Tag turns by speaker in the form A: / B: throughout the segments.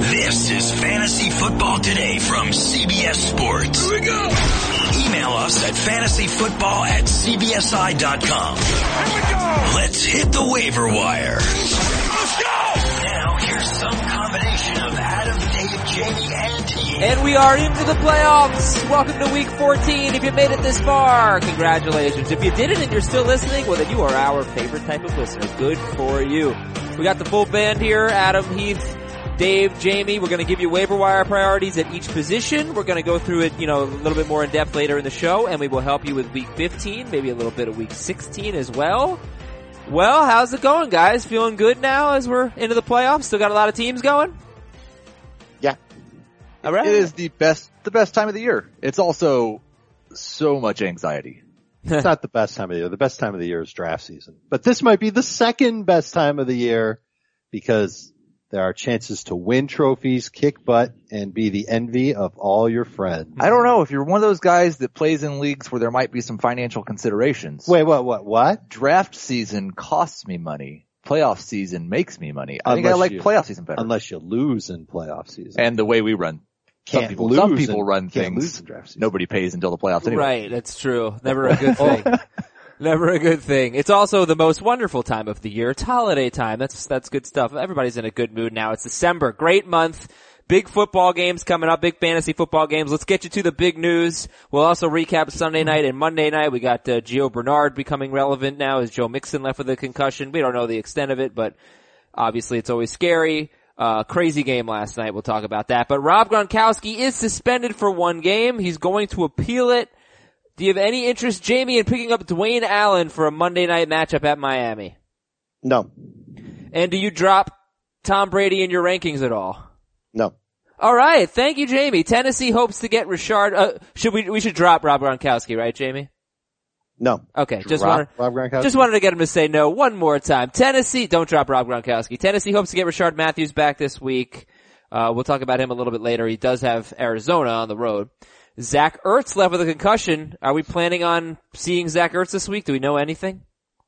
A: is Fantasy Football Today from CBS Sports. Here we go. Email us at fantasyfootball at cbsi.com. Here we go. Let's hit the waiver wire. Let's go. Now here's some combination of Adam, Dave, Jamie, and Ian.
B: And we are into the playoffs. Welcome to week 14. If you made it this far, congratulations. If you didn't and you're still listening, well then you are our favorite type of listener. Good for you. We got the full band here. Adam, Heath, Dave, Jamie. We're going to give you waiver wire priorities at each position. We're going to go through it, you know, a little bit more in depth later in the show and we will help you with week 15, maybe a little bit of week 16 as well. Well, how's it going guys? Feeling good now as we're into the playoffs? Still got a lot of teams going?
C: Yeah.
B: All right.
C: It is the best, the best time of the year. It's also so much anxiety.
D: It's not the best time of the year. The best time of the year is draft season. But this might be the second best time of the year because there are chances to win trophies, kick butt, and be the envy of all your friends.
C: I don't know if you're one of those guys that plays in leagues where there might be some financial considerations.
D: Wait, what, what, what?
C: Draft season costs me money. Playoff season makes me money. I think I
D: Unless
C: like
D: you-
C: playoff season better.
D: Unless you lose in playoff season.
C: and the way we run, some
D: Can't
C: people,
D: lose
C: some
D: in-
C: people run
D: can't lose
C: things.
D: in draft season.
C: Nobody pays until the playoffs anyway.
B: Right, that's true. Never a good thing. Never a good thing. It's also the most wonderful time of the year. It's holiday time. That's that's good stuff. Everybody's in a good mood now. It's December. Great month. Big football games coming up. Big fantasy football games. Let's get you to the big news. We'll also recap Sunday night and Monday night. We got uh, Gio Bernard becoming relevant now as Joe Mixon left with a concussion. We don't know the extent of it, but Obviously, it's always scary. Uh, crazy game last night. We'll talk about that. But Rob Gronkowski is suspended for one game. He's going to appeal it. Do you have any interest, Jamie, in picking up Dwayne Allen for a Monday night matchup at Miami?
E: No,
B: And do you drop Tom Brady in your rankings at all?
E: no.
B: All right. Thank you, Jamie. Tennessee hopes to get Richard. Uh, should we? We should drop Rob Gronkowski, right, Jamie?
E: No.
B: Okay. Just
C: Drop
B: wanted.
D: Rob Gronkowski.
B: Just wanted to get him to say no one more time. Tennessee, don't drop Rob Gronkowski. Tennessee hopes to get Richard Matthews back this week. Uh, we'll talk about him a little bit later. He does have Arizona on the road. Zach Ertz left with a concussion. Are we planning on seeing Zach Ertz this week? Do we know anything?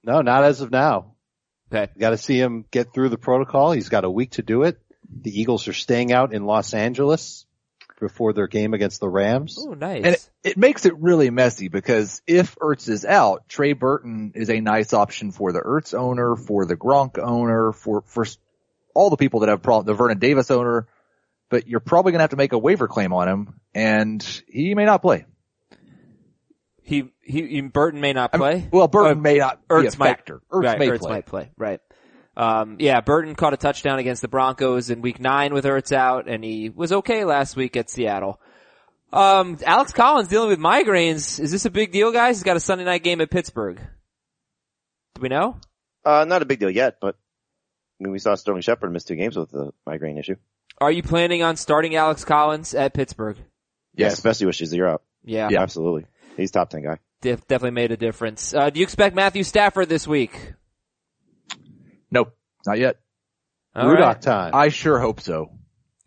D: no, not as of now.
B: Okay.
D: You got to see him get through the protocol. He's got a week to do it. The Eagles are staying out in Los Angeles before their game against the Rams.
B: Oh, nice.
C: And it, it makes it really messy because if Ertz is out, Trey Burton is a nice option for the Ertz owner, for the Gronk owner, for, for s- all the people that have problems, the Vernon Davis owner, but you're probably going to have to make a waiver claim on him and he may not play.
B: he, he, he- Burton may not
C: I
B: play. Uh,
C: mean, well, Burton may not be a
B: Ertz might,
C: factor. Ertz
B: right,
C: may
B: Ertz
C: play.
B: might play. Right. Um, yeah, Burton caught a touchdown against the Broncos in week nine with Ertz out, and he was okay last week at Seattle. Um, Alex Collins dealing with migraines. Is this a big deal, guys? He's got a Sunday night game at Pittsburgh. Do we know?
E: Uh, not a big deal yet, but I mean, we saw Sterling Shepard miss two games with the migraine issue.
B: Are you planning on starting Alex Collins at Pittsburgh?
E: Yeah,
C: Yes.
E: especially with Shazier out.
B: Yeah,
C: Yeah.
E: Absolutely. He's top 10 guy.
B: def- definitely made a difference. Uh, do you expect Matthew Stafford this week?
C: Nope. Not yet.
B: All
D: Rudolph
B: right.
D: time.
C: I sure hope so.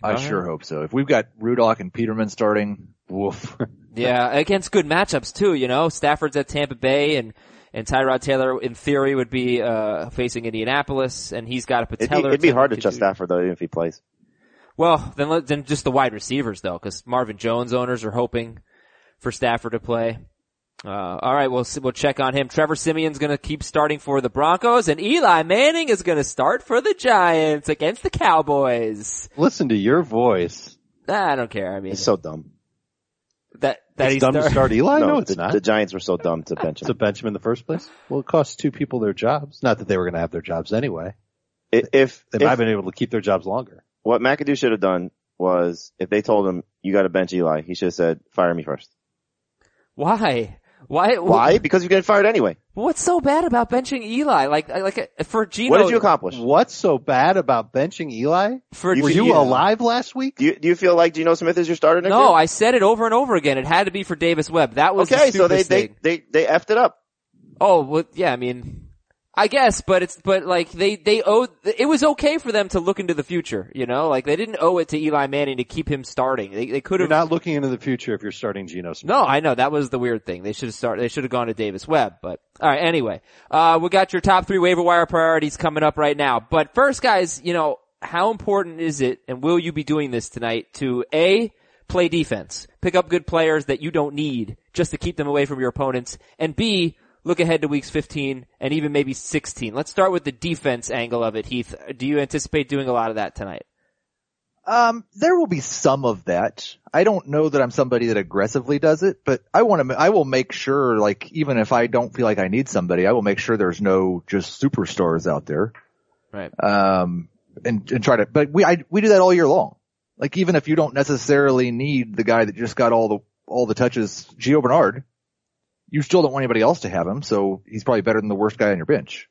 C: I
B: All right.
C: sure hope so. If we've got Rudolph and Peterman starting, woof.
B: Yeah, against good matchups too. You know, Stafford's at Tampa Bay, and and Tyrod Taylor, in theory, would be uh, facing Indianapolis, and he's got a
E: It'd
B: potential.
E: be, it'd be hard to trust Stafford though, even if he plays.
B: Well, then let, then just the wide receivers though, because Marvin Jones owners are hoping for Stafford to play. Uh, all right, we'll see- we'll check on him. Trevor Simeon's going to keep starting for the Broncos, and Eli Manning is going to start for the Giants against the Cowboys.
D: Listen to your voice.
B: Ah, I don't care. I mean,
E: It's so dumb.
B: that that
D: it's
B: he's
D: dumb to start Eli? No, it's
E: the,
D: not.
E: the Giants were so dumb to bench
D: to
E: him.
D: bench him in the first place? Well, it costs two people their jobs. Not that they were going to have their jobs anyway.
E: I- If,
D: They
E: if,
D: might have been able to keep their jobs longer.
E: what McAdoo should have done was if they told him you got to bench Eli, he should have said fire me first.
B: Why? Why?
E: Why? Because you're getting fired anyway.
B: What's so bad about benching Eli? Like, like uh, for Gino,
E: What did you accomplish?
D: What's so bad about benching Eli?
B: for
E: You-
D: Were
B: Geno-
D: you
E: Yeah.
D: alive last week?
E: Do you, do you feel like Geno Smith is your starter next
B: No,
E: year?
B: I said it over and over again. It had to be for Davis Webb. That was
E: Okay,
B: The
E: so they,
B: stupidest
E: they,
B: thing.
E: they, they effed it up.
B: Oh, well, yeah. I mean, I guess, but it's but like they they owed. It was okay for them to look into the future. You know, like they didn't owe it to Eli Manning to keep him starting. They they could
D: You're
B: have
D: not looking into the future if you're starting Geno Smith.
B: No, I know that was the weird thing. They should have started. They should have gone to Davis Webb. But all right, anyway, uh, we got your top three waiver wire priorities coming up right now. But first, guys, you know, how important is it, and will you be doing this tonight, to A, play defense, pick up good players that you don't need just to keep them away from your opponents, and B, look ahead to weeks 15 and even maybe 16. Let's start with the defense angle of it, Heath. Do you anticipate doing a lot of that tonight?
C: Um, there will be some of that. I don't know that I'm somebody that aggressively does it, but I want to, I will make sure, like, even if I don't feel like I need somebody, I will make sure there's no just superstars out there.
B: Right.
C: Um, and, and try to, but we, I, we do that all year long. Like, even if you don't necessarily need the guy that just got all the, all the touches, Gio Bernard, you still don't want anybody else to have him, so he's probably better than the worst guy on your bench.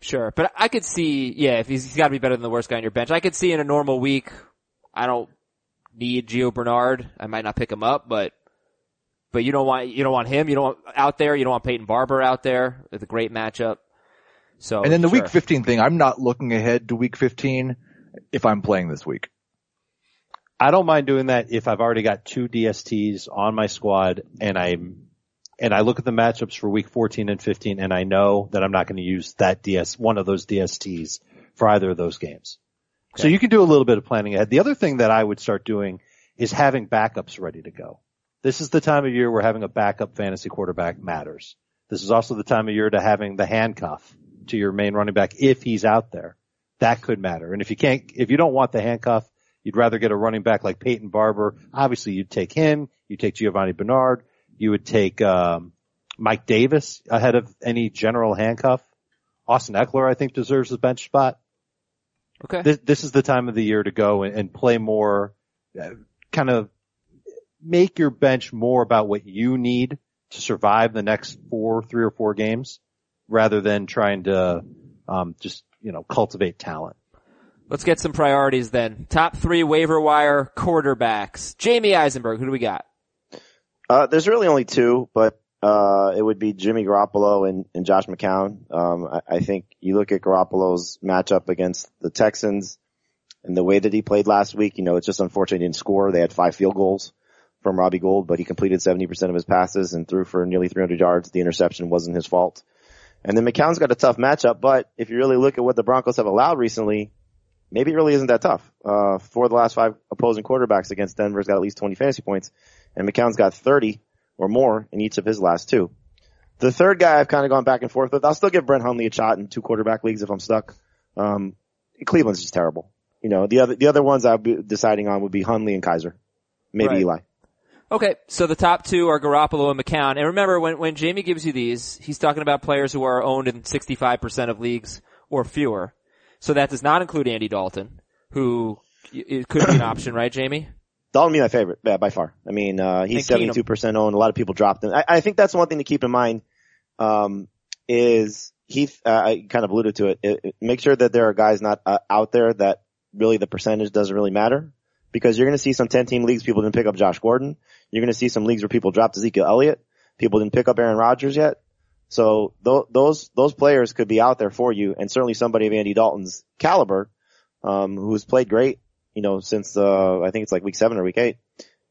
B: Sure, but I could see, yeah, if he's, he's got to be better than the worst guy on your bench. I could see in a normal week, I don't need Gio Bernard. I might not pick him up, but but you don't want you don't want him. You don't want out there. You don't want Peyton Barber out there. It's a great matchup. So
C: And then the
B: Oh, sure.
C: week 15 thing, I'm not looking ahead to week 15 if I'm playing this week.
D: I don't mind doing that if I've already got two DSTs on my squad and I'm and I look at the matchups for week 14 and 15 and I know that I'm not going to use that DS one of those DSTs for either of those games. So you can do a little bit of planning ahead. The other thing that I would start doing is having backups ready to go. This is the time of year where having a backup fantasy quarterback matters. This is also the time of year to having the handcuff to your main running back if he's out there. That could matter. And if you can't, if you don't want the handcuff, you'd rather get a running back like Peyton Barber. Obviously you'd take him, you take Giovanni Bernard, you would take, um, Mike Davis ahead of any general handcuff. Austin Eckler, I think deserves the bench spot
B: okay.
D: this, this is the time of the year to go and, and play more, uh, kind of make your bench more about what you need to survive the next four, three or four games rather than trying to, um, just, you know, cultivate talent.
B: Let's get some priorities then. Top three waiver wire quarterbacks. Jamie Eisenberg. Who do we got?
E: Uh, there's really only two, but uh, it would be Jimmy Garoppolo and, and Josh McCown. Um, I, I think you look at Garoppolo's matchup against the Texans and the way that he played last week. You know, it's just unfortunate he didn't score. They had five field goals from Robbie Gold, but he completed 70% of his passes and threw for nearly 300 yards. The interception wasn't his fault. And then McCown's got a tough matchup, but if you really look at what the Broncos have allowed recently, maybe it really isn't that tough. Uh, for the last five opposing quarterbacks against Denver's got at least 20 fantasy points, and McCown's got 30 or more in each of his last two. The third guy I've kind of gone back and forth with, I'll still give Brent Hundley a shot in two quarterback leagues if I'm stuck. Um, Cleveland's just terrible. You know, the other, the other ones I'll be deciding on would be Hundley and Kaiser. Maybe
B: Right.
E: Eli.
B: Okay, so the top two are Garoppolo and McCown. And remember, when, when Jamie gives you these, he's talking about players who are owned in 65% of leagues or fewer. So that does not include Andy Dalton, who y- it could be an option, right, Jamie?
E: Dalton would be my favorite, yeah, by far. I mean, uh, he's
B: And Keenum.
E: seventy-two percent owned. A lot of people dropped him. I, I think that's one thing to keep in mind um, is Heath. Uh, I kind of alluded to it. It- it- Make sure that there are guys not uh, out there that really the percentage doesn't really matter because you're going to see some ten-team leagues people didn't pick up Josh Gordon. You're going to see some leagues where people dropped Ezekiel Elliott. People didn't pick up Aaron Rodgers yet. So th- those those players could be out there for you, and certainly somebody of Andy Dalton's caliber, um, who's played great, you know, since uh, I think it's like week seven or week eight,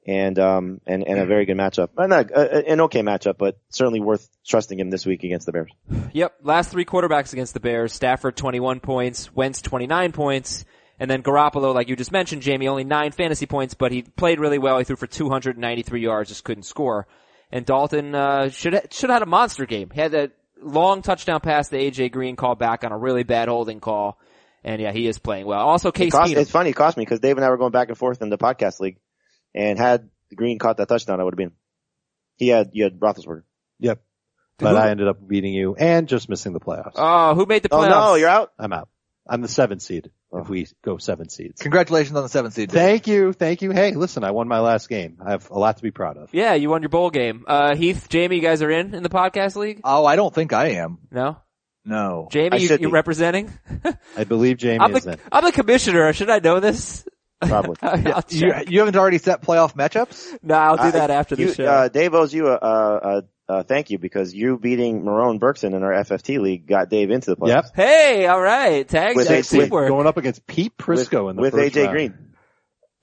E: and um, and and a very good matchup, Uh, and a, a, an okay matchup, but certainly worth trusting him this week against the Bears.
B: Yep, last three quarterbacks against the Bears, Stafford 21 points, Wentz 29 points, and then Garoppolo, like you just mentioned, Jamie, only nine fantasy points, but he played really well. He threw for 293 yards, just couldn't score. And Dalton, uh, should, should have had a monster game. He had that long touchdown pass to AJ Green called back on a really bad holding call. And yeah, he is playing well. Also Case
E: Cost,
B: Keenum.
E: it's funny, it cost me because Dave and I were going back and forth in the podcast league, and had Green caught that touchdown, I would have been. He had you had Roethlisberger.
D: Yep. But I ended up beating you and just missing the playoffs.
B: Oh, who made the
E: Oh
B: playoffs?
E: no, you're out. Oh.
D: I'm out. I'm the seven seed if we go seven seeds.
C: Congratulations on the seventh seed. Dave.
D: Thank you. Thank you. Hey, listen, I won my last game. I have a lot to be proud of.
B: yeah, you won your bowl game. Uh, Heath, Jamie, you guys are in, in the podcast league?
C: Oh, I don't think I am.
B: No?
C: No.
E: I
B: Jamie, you,
E: should
B: you're
E: be.
B: representing?
D: I believe Jamie
B: I'm
D: is in.
B: the, I'm the commissioner. Should I know this?
E: Probably.
B: I'll
C: You,
B: check.
C: you haven't already set playoff matchups?
B: No, I'll do that
E: I-
B: after the
E: you-
B: show.
E: Uh, Dave owes you a, a, a, a thank you because you beating Marone Berkson in our FFT league got Dave into the playoffs.
D: Yep.
B: hey, all right, tags
E: With
B: and
E: AC.
B: teamwork.
D: Going up against Pete
E: With,
D: Prisco in the
E: with
D: first
E: AJ
D: round.
E: Green.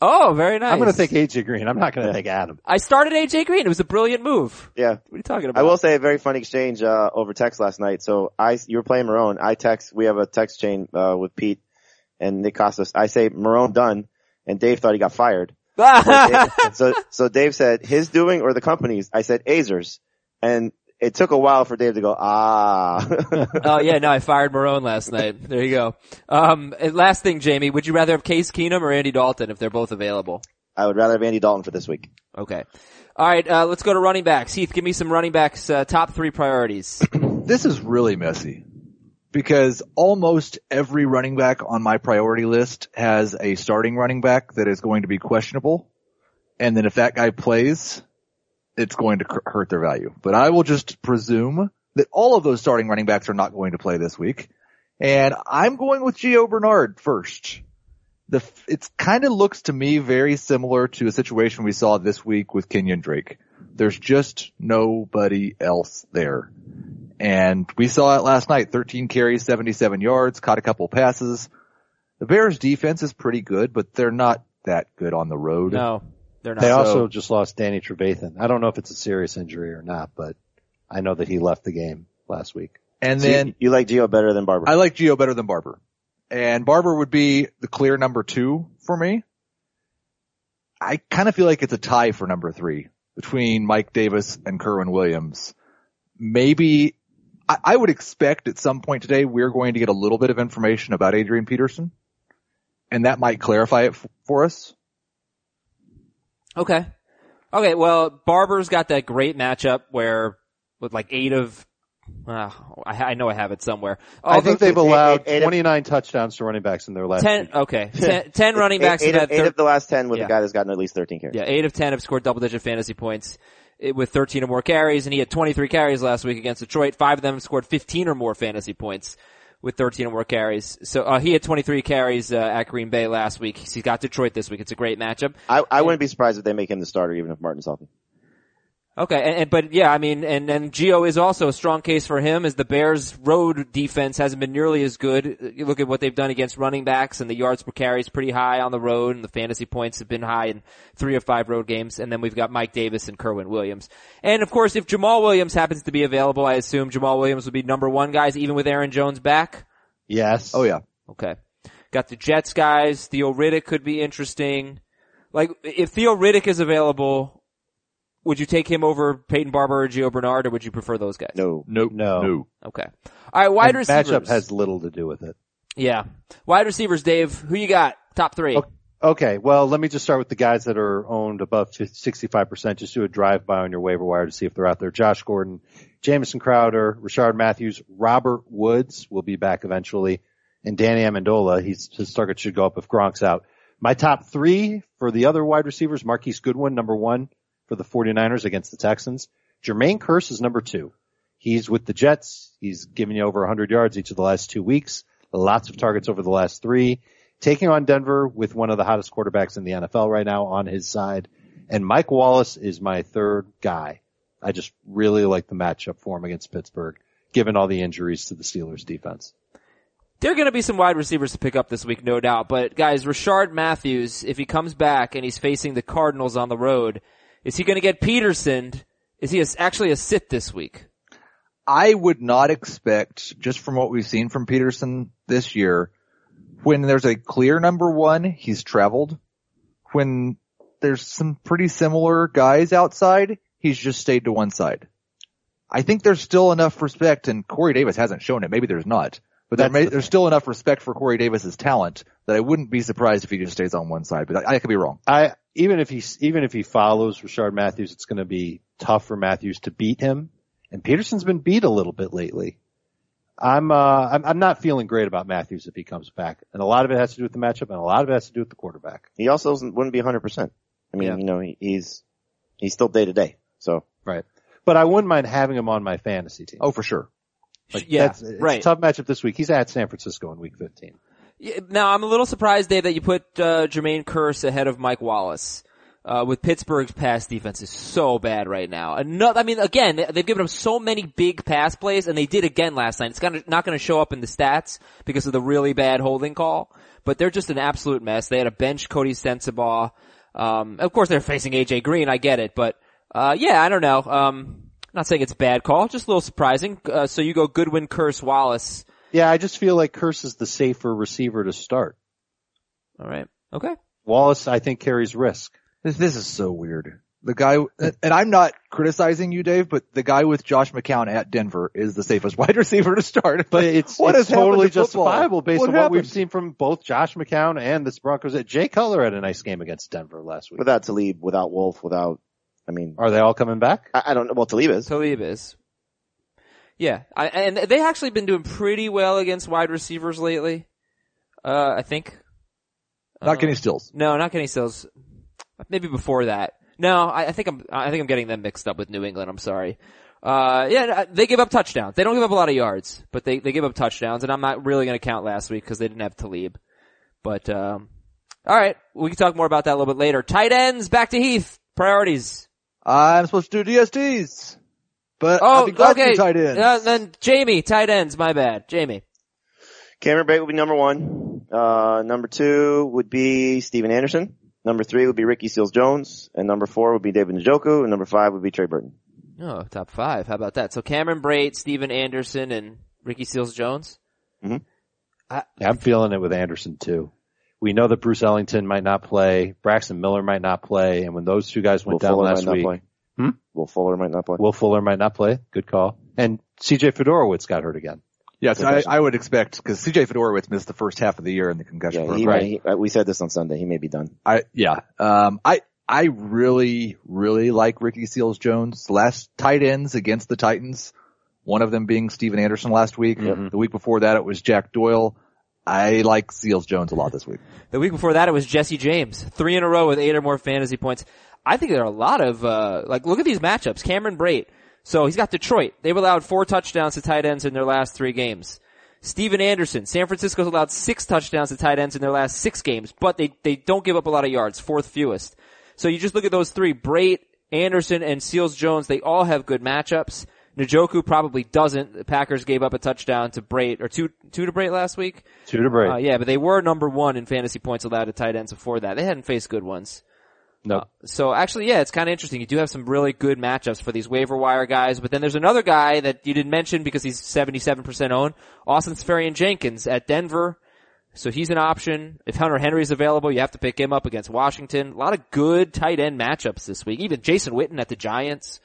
B: oh, very nice.
D: I'm going to take AJ Green. I'm not going to
E: Yeah.
D: take Adam.
B: I started AJ Green. It was a brilliant move.
E: Yeah.
B: What are you talking about?
E: I will say a very funny exchange uh, over text last night. So I, you were playing Marone. I text. We have a text chain uh, with Pete, and Nick Costas. I say Marone done, and Dave thought he got fired. So
B: yeah,
E: Dave, so, so Dave said his doing or the company's. I said Azers, and it took a while for Dave to go ah.
B: oh yeah, no, I fired Marone last night. There you go. Um, and last thing, Jamie, would you rather have Case Keenum or Andy Dalton if they're both available?
E: I would rather have Andy Dalton for this week.
B: Okay. All right, uh, let's go to running backs. Heath, give me some running backs uh, top three priorities.
C: This is really messy because almost every running back on my priority list has a starting running back that is going to be questionable. And then if that guy plays, it's going to cur- hurt their value. But I will just presume that all of those starting running backs are not going to play this week. And I'm going with Gio Bernard first. The, f- it's kind of looks to me very similar to a situation we saw this week with Kenyon Drake. There's just nobody else there. And we saw it last night, 13 carries, 77 yards, caught a couple passes. The Bears defense is pretty good, but they're not that good on the road.
B: no, they're not.
D: They
C: So-
D: also just lost Danny Trevathan. I don't know if it's a serious injury or not, but I know that he left the game last week.
C: And
E: So you-
C: then
E: you, like Gio better than Barber.
C: I like Geo better than Barber. And Barber would be the clear number two for me. I kind of feel like it's a tie for number three between Mike Davis and Kerwin Williams. Maybe I, I would expect at some point today we're going to get a little bit of information about Adrian Peterson and that might clarify it f- for us.
B: Okay. Okay, well, Barber's got that great matchup where with like eight of, uh, I, I know I have it somewhere.
D: I think
B: Although-
D: they've allowed
E: eight- eight of-
D: 29 touchdowns to running backs in their last.
B: ten, okay, ten, ten running backs have
E: eight, eight
B: had
E: of, eight
B: thir-
E: of the last ten with
B: Yeah.
E: a guy that's gotten at least thirteen carries.
B: yeah, eight of ten have scored double digit fantasy points eh, with 13 or more carries and he had 23 carries last week against Detroit. Five of them scored 15 or more fantasy points with 13 or more carries. So, uh, he had 23 carries, uh, at Green Bay last week. He's got Detroit this week. It's a great matchup.
E: I, I wouldn't be surprised if they make him the starter, even if Martin's healthy.
B: Okay, and, and but yeah, I mean, and and Gio is also a strong case for him, as the Bears' road defense hasn't been nearly as good. You look at what they've done against running backs, and the yards per carry is pretty high on the road, and the fantasy points have been high in three of five road games. And then we've got Mike Davis and Kerwin Williams, and of course, if Jamal Williams happens to be available, I assume Jamal Williams would be number one guys, even with Aaron Jones back.
D: Yes.
C: Oh yeah.
B: Okay. Got the Jets guys. Theo Riddick could be interesting. Like, if Theo Riddick is available, would you take him over Peyton Barber or Gio Bernard, or would you prefer those guys?
E: No,
C: Nope.
D: No.
C: No.
B: Okay. All right, wide
D: And
B: receivers.
D: Matchup has little to do with it.
B: yeah. Wide receivers, Dave. Who you got? Top three.
D: Okay. Okay, well, let me just start with the guys that are owned above fif- 65%. Just do a drive by on your waiver wire to see if they're out there. Josh Gordon, Jamison Crowder, Richard Matthews, Robert Woods will be back eventually, and Danny Amendola. He's, his target should go up if Gronk's out. My top three for the other wide receivers, Marquise Goodwin, number one for the 49ers against the Texans. Jermaine Curse is number two. He's with the Jets. He's given you over 100 yards each of the last two weeks. Lots of targets over the last three. Taking on Denver with one of the hottest quarterbacks in the NFL right now on his side. And Mike Wallace is my third guy. I just really like the matchup for him against Pittsburgh, given all the injuries to the Steelers defense.
B: There are going to be some wide receivers to pick up this week, no doubt. But guys, Rashard Matthews, if he comes back and he's facing the Cardinals on the road, is he going to get Peterson? Is he a, actually a sit this week?
C: I would not expect, just from what we've seen from Peterson this year, when there's a clear number one, he's traveled. When there's some pretty similar guys outside, he's just stayed to one side. I think there's still enough respect, and Corey Davis hasn't shown it. Maybe there's not, but there
D: That's
C: may,
D: the
C: there's still enough respect for Corey Davis's talent that I wouldn't be surprised if he just stays on one side. But I, I could be wrong.
D: I even if he even if he follows Rashard Matthews, it's going to be tough for Matthews to beat him. And Peterson's been beat a little bit lately. I'm uh I'm, I'm not feeling great about Matthews if he comes back, and a lot of it has to do with the matchup, and a lot of it has to do with the quarterback.
E: he also doesn't- wouldn't be hundred percent. I mean,
D: Yeah.
E: you know, he, he's he's still day to day. So
D: Right. But I wouldn't mind having him on my fantasy team.
C: Oh, for sure.
D: Like,
B: yeah,
D: that's, it's
B: right.
D: A tough matchup this week. He's at San Francisco in Week 15.
B: Yeah, Now I'm a little surprised, Dave, that you put uh, Jermaine Curse ahead of Mike Wallace. Uh, with Pittsburgh's pass defense is so bad right now. Another, I mean, again, they- they've given up so many big pass plays, and they did again last night. It's gonna, not going to show up in the stats because of the really bad holding call, but they're just an absolute mess. They had a bench Cody Sensabaugh. Um, of course, they're facing AJ Green. I get it, but uh, yeah, I don't know. Um, not saying it's a bad call, just a little surprising. Uh, so you go Goodwin, Curse, Wallace.
D: Yeah, I just feel like Curse is the safer receiver to start.
B: All right. Okay.
D: Wallace, I think, carries risk.
C: This, this is so weird. The guy, and I'm not criticizing you, Dave, but the guy with Josh McCown at Denver is the safest wide receiver to start.
D: But it's,
C: What has
D: it's
C: happened
D: totally
C: to football?
D: justifiable based
C: What
D: on what we've
C: happened?
D: seen from both Josh McCown and this Broncos. Jay Cutler had a nice game against Denver last week.
E: Without Talib, without Wolf, without, I mean,
D: Are they all coming back?
E: I, I don't know what Talib is.
B: Talib is. Yeah, I, and they actually been doing pretty well against wide receivers lately. Uh, I think.
C: Not Kenny Stills.
B: No, not Kenny Stills. Maybe before that. No, I, I think I'm. I think I'm getting them mixed up with New England. I'm sorry. Uh, yeah, they give up touchdowns. They don't give up a lot of yards, but they they give up touchdowns. And I'm not really going to count last week because they didn't have Talib. But um, all right, we can talk more about that a little bit later. Tight ends, back to Heath. Priorities.
C: I'm supposed to do DSTs, but I'd
B: Oh,
C: be glad to
B: okay.
C: do tight ends.
B: Uh, then Jamie, tight ends. My bad, Jamie.
E: Cameron Bate would be number one. Uh, number two would be Steven Anderson. Number three would be Ricky Seals Jones. And number four would be David Njoku. And number five would be Trey Burton.
B: Oh, top five. How about that? So Cameron Brait, Steven Anderson, and Ricky Seals Jones.
D: Yeah, I'm feeling it with Anderson too. We know that Bruce Ellington might not play. Braxton Miller might not play. And when those two guys went
E: Will
D: down
E: Fuller might
D: last
E: not
D: week,
E: play.
D: Hmm?
E: Will Fuller might not play.
D: Will Fuller might not play. Good call. And CJ Fedorowicz got hurt again.
C: Yes, I, I would expect because CJ Fedorowicz missed the first half of the year in the concussion
E: yeah, he
C: protocol.
E: might, he, uh, we said this on Sunday. He may be done.
C: I yeah. Um, I I really really like Ricky Seals Jones. Last tight ends against the Titans, one of them being Steven Anderson last week.
D: Yep.
C: The week before that, it was Jack Doyle. I like Seals Jones a lot this week.
B: The week before that, it was Jesse James, three in a row with eight or more fantasy points. I think there are a lot of uh, like look at these matchups. Cameron Brait. So he's got Detroit. They've allowed four touchdowns to tight ends in their last three games. Steven Anderson, San Francisco's allowed six touchdowns to tight ends in their last six games, but they they don't give up a lot of yards, fourth fewest. So you just look at those three: Brait, Anderson, and Seals Jones. They all have good matchups. Najoku probably doesn't. The Packers gave up a touchdown to Brait or two two to Brait last week.
D: Two to break.
B: Uh, yeah, but they were number one in fantasy points allowed to tight ends before that. They hadn't faced good ones.
D: no.
B: So actually, yeah, it's kind of interesting. You do have some really good matchups for these waiver wire guys, but then there's another guy that you didn't mention because he's 77% owned. Austin Safarian Jenkins at Denver. So he's an option. If Hunter Henry's available, you have to pick him up against Washington. A lot of good tight end matchups this week. Even Jason Witten at the Giants.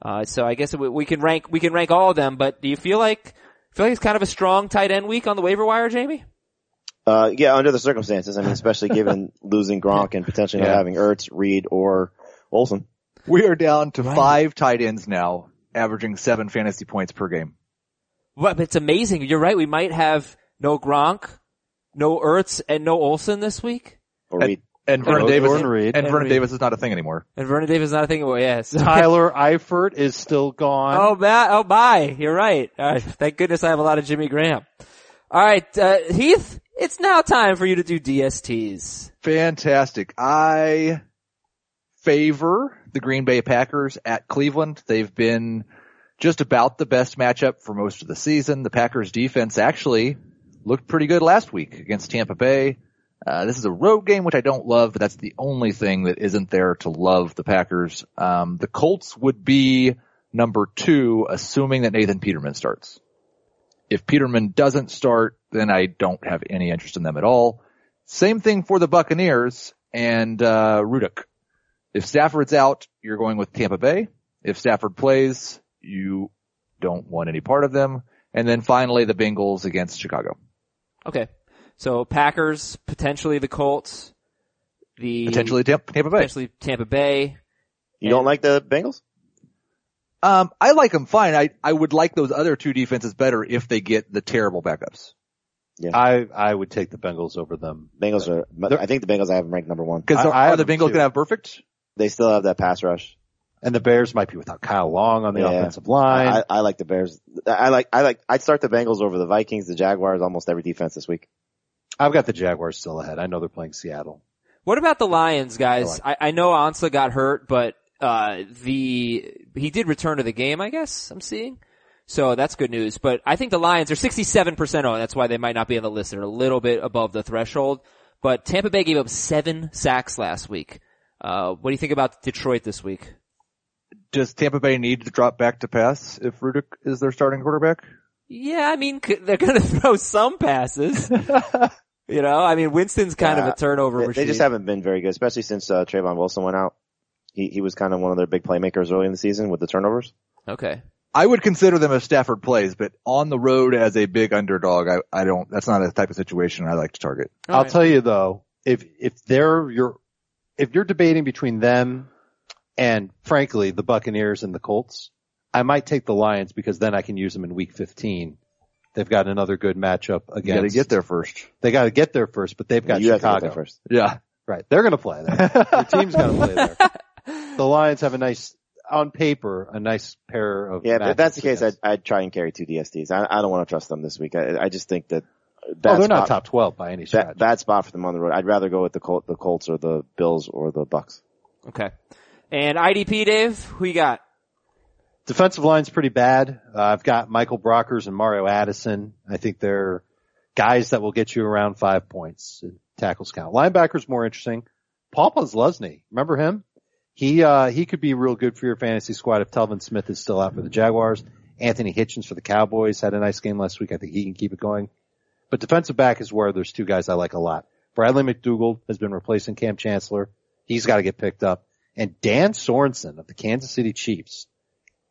B: Uh, so I guess we, we can rank, we can rank all of them, but do you feel like, feel like it's kind of a strong tight end week on the waiver wire, Jamie?
E: Uh, yeah, under the circumstances. I mean, especially given losing Gronk and potentially
D: Yeah.
E: not having Ertz, Reed, or Olson.
C: We are down to five tight ends now, averaging seven fantasy points per game.
B: Well, it's amazing. You're right. We might have no Gronk, no Ertz, and no Olson this week.
E: Or
C: And-
E: Reed.
C: And Vernon
D: Jordan
C: Davis
D: Reed.
C: and
B: And
C: Vernon
B: Reed.
C: Davis is not a thing anymore.
B: And Vernon Davis is not a thing. Well, yes.
D: Tyler Eifert is still gone.
B: oh, my, oh my. You're right. All right. Thank goodness I have a lot of Jimmy Graham. All right. Uh, Heath, it's now time for you to do DSTs.
C: Fantastic. I favor the Green Bay Packers at Cleveland. They've been just about the best matchup for most of the season. The Packers defense actually looked pretty good last week against Tampa Bay. Uh, this is a road game, which I don't love, but that's the only thing that isn't there to love the Packers. Um, the Colts would be number two, assuming that Nathan Peterman starts. If Peterman doesn't start, then I don't have any interest in them at all. Same thing for the Buccaneers and uh, Rudick. If Stafford's out, you're going with Tampa Bay. If Stafford plays, you don't want any part of them. And then finally, the Bengals against Chicago.
B: Okay. So Packers, potentially the Colts, the
C: Potentially Tampa, Tampa Bay.
B: potentially Tampa Bay.
E: You don't like the Bengals?
C: Um, I like them fine. I I would like those other two defenses better if they get the terrible backups
D: I, I would take the Bengals over them.
E: Bengals are, I think the Bengals I have them ranked number one.
C: because
D: I-
C: are,
D: I
C: are the
D: have them
C: Bengals going
D: too.
C: to have perfect?
E: They still have that pass rush.
D: And the Bears might be without Kyle Long on the
E: Yeah.
D: offensive line.
E: I, I like the Bears. I like, I like, I'd start the Bengals over the Vikings, the Jaguars, almost every defense this week.
D: I've got the Jaguars still ahead. I know they're playing Seattle.
B: What about the Lions, guys? I, I know Ansa got hurt, but uh, the he did return to the game. I guess I'm seeing, so that's good news. But I think the Lions are 67 percent on. That's why they might not be on the list. They're a little bit above the threshold. But Tampa Bay gave up seven sacks last week. Uh, what do you think about Detroit this week?
C: Does Tampa Bay need to drop back to pass if Rudick is their starting quarterback?
B: Yeah, I mean c- they're going to throw some passes. You know, I mean, Winston's kind of
E: Yeah.
B: a turnover
E: They,
B: machine.
E: they just haven't been very good, especially since uh, Trayvon Wilson went out. He he was kind of one of their big playmakers early in the season with the turnovers.
B: okay.
C: I would consider them if Stafford plays, but on the road as a big underdog, I, I don't, that's not a type of situation I like to target.
B: All
D: I'll
B: right.
D: tell you though, if if they're you're if you're debating between them and frankly the Buccaneers and the Colts, I might take the Lions because then I can use them in Week 15. They've got another good matchup
C: You gotta
D: against.
C: get there first.
D: They got to get there first, but they've got
E: you have to go
D: Chicago
E: there first.
C: Yeah.
D: Right, they're going to play there. Their team's going to play there. The Lions have a nice, on paper, a nice pair of.
E: Yeah, but if that's the
D: matchups
E: case, I'd,
D: against-
E: I'd try and carry two DSDs. I, I don't want to trust them this week. I, I just think that
D: oh,
E: that
D: they're not
E: spot-
D: top twelve by any stretch.
E: that, that spot for them on the road. I'd rather go with the Col- the Colts or the Bills or the Bucks.
B: Okay. And IDP, Dave, who you got?
D: defensive line's pretty bad. Uh, I've got Michael Brockers and Mario Addison. I think they're guys that will get you around five points in tackles count. Linebackers more interesting. Paul Posluszny, remember him? He uh, he could be real good for your fantasy squad if Telvin Smith is still out for the Jaguars. Anthony Hitchens for the Cowboys had a nice game last week. I think he can keep it going. But defensive back is where there's two guys I like a lot. Bradley McDougal has been replacing Cam Chancellor. He's got to get picked up. And Dan Sorensen of the Kansas City Chiefs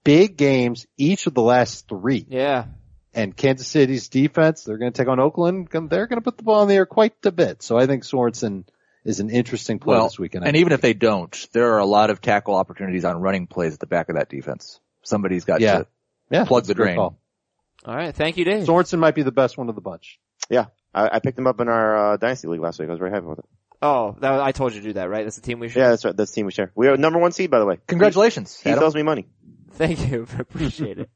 D: big games each of the last three.
B: Yeah.
D: And Kansas City's defense, they're going to take on Oakland. gonna- They're going to put the ball in the air quite a bit. So I think Sorensen is an interesting play
C: Well,
D: this weekend.
C: and even if they don't, there are a lot of tackle opportunities on running plays at the back of that defense. Somebody's got
D: Yeah.
C: to.
D: yeah,
C: plug the
D: good
C: drain.
D: call.
B: All right. Thank you, Dave.
D: Sorensen might be the best one of the bunch.
E: Yeah, I, I picked them up in our uh, dynasty league last week. I was very happy with it.
B: Oh, that, I told you to do that, right? That's the team we should.
E: Yeah, that's right. That's the team we share. We are number one seed, by the way.
C: Congratulations.
E: He
C: Adam.
E: owes me money.
B: Thank you. Appreciate it.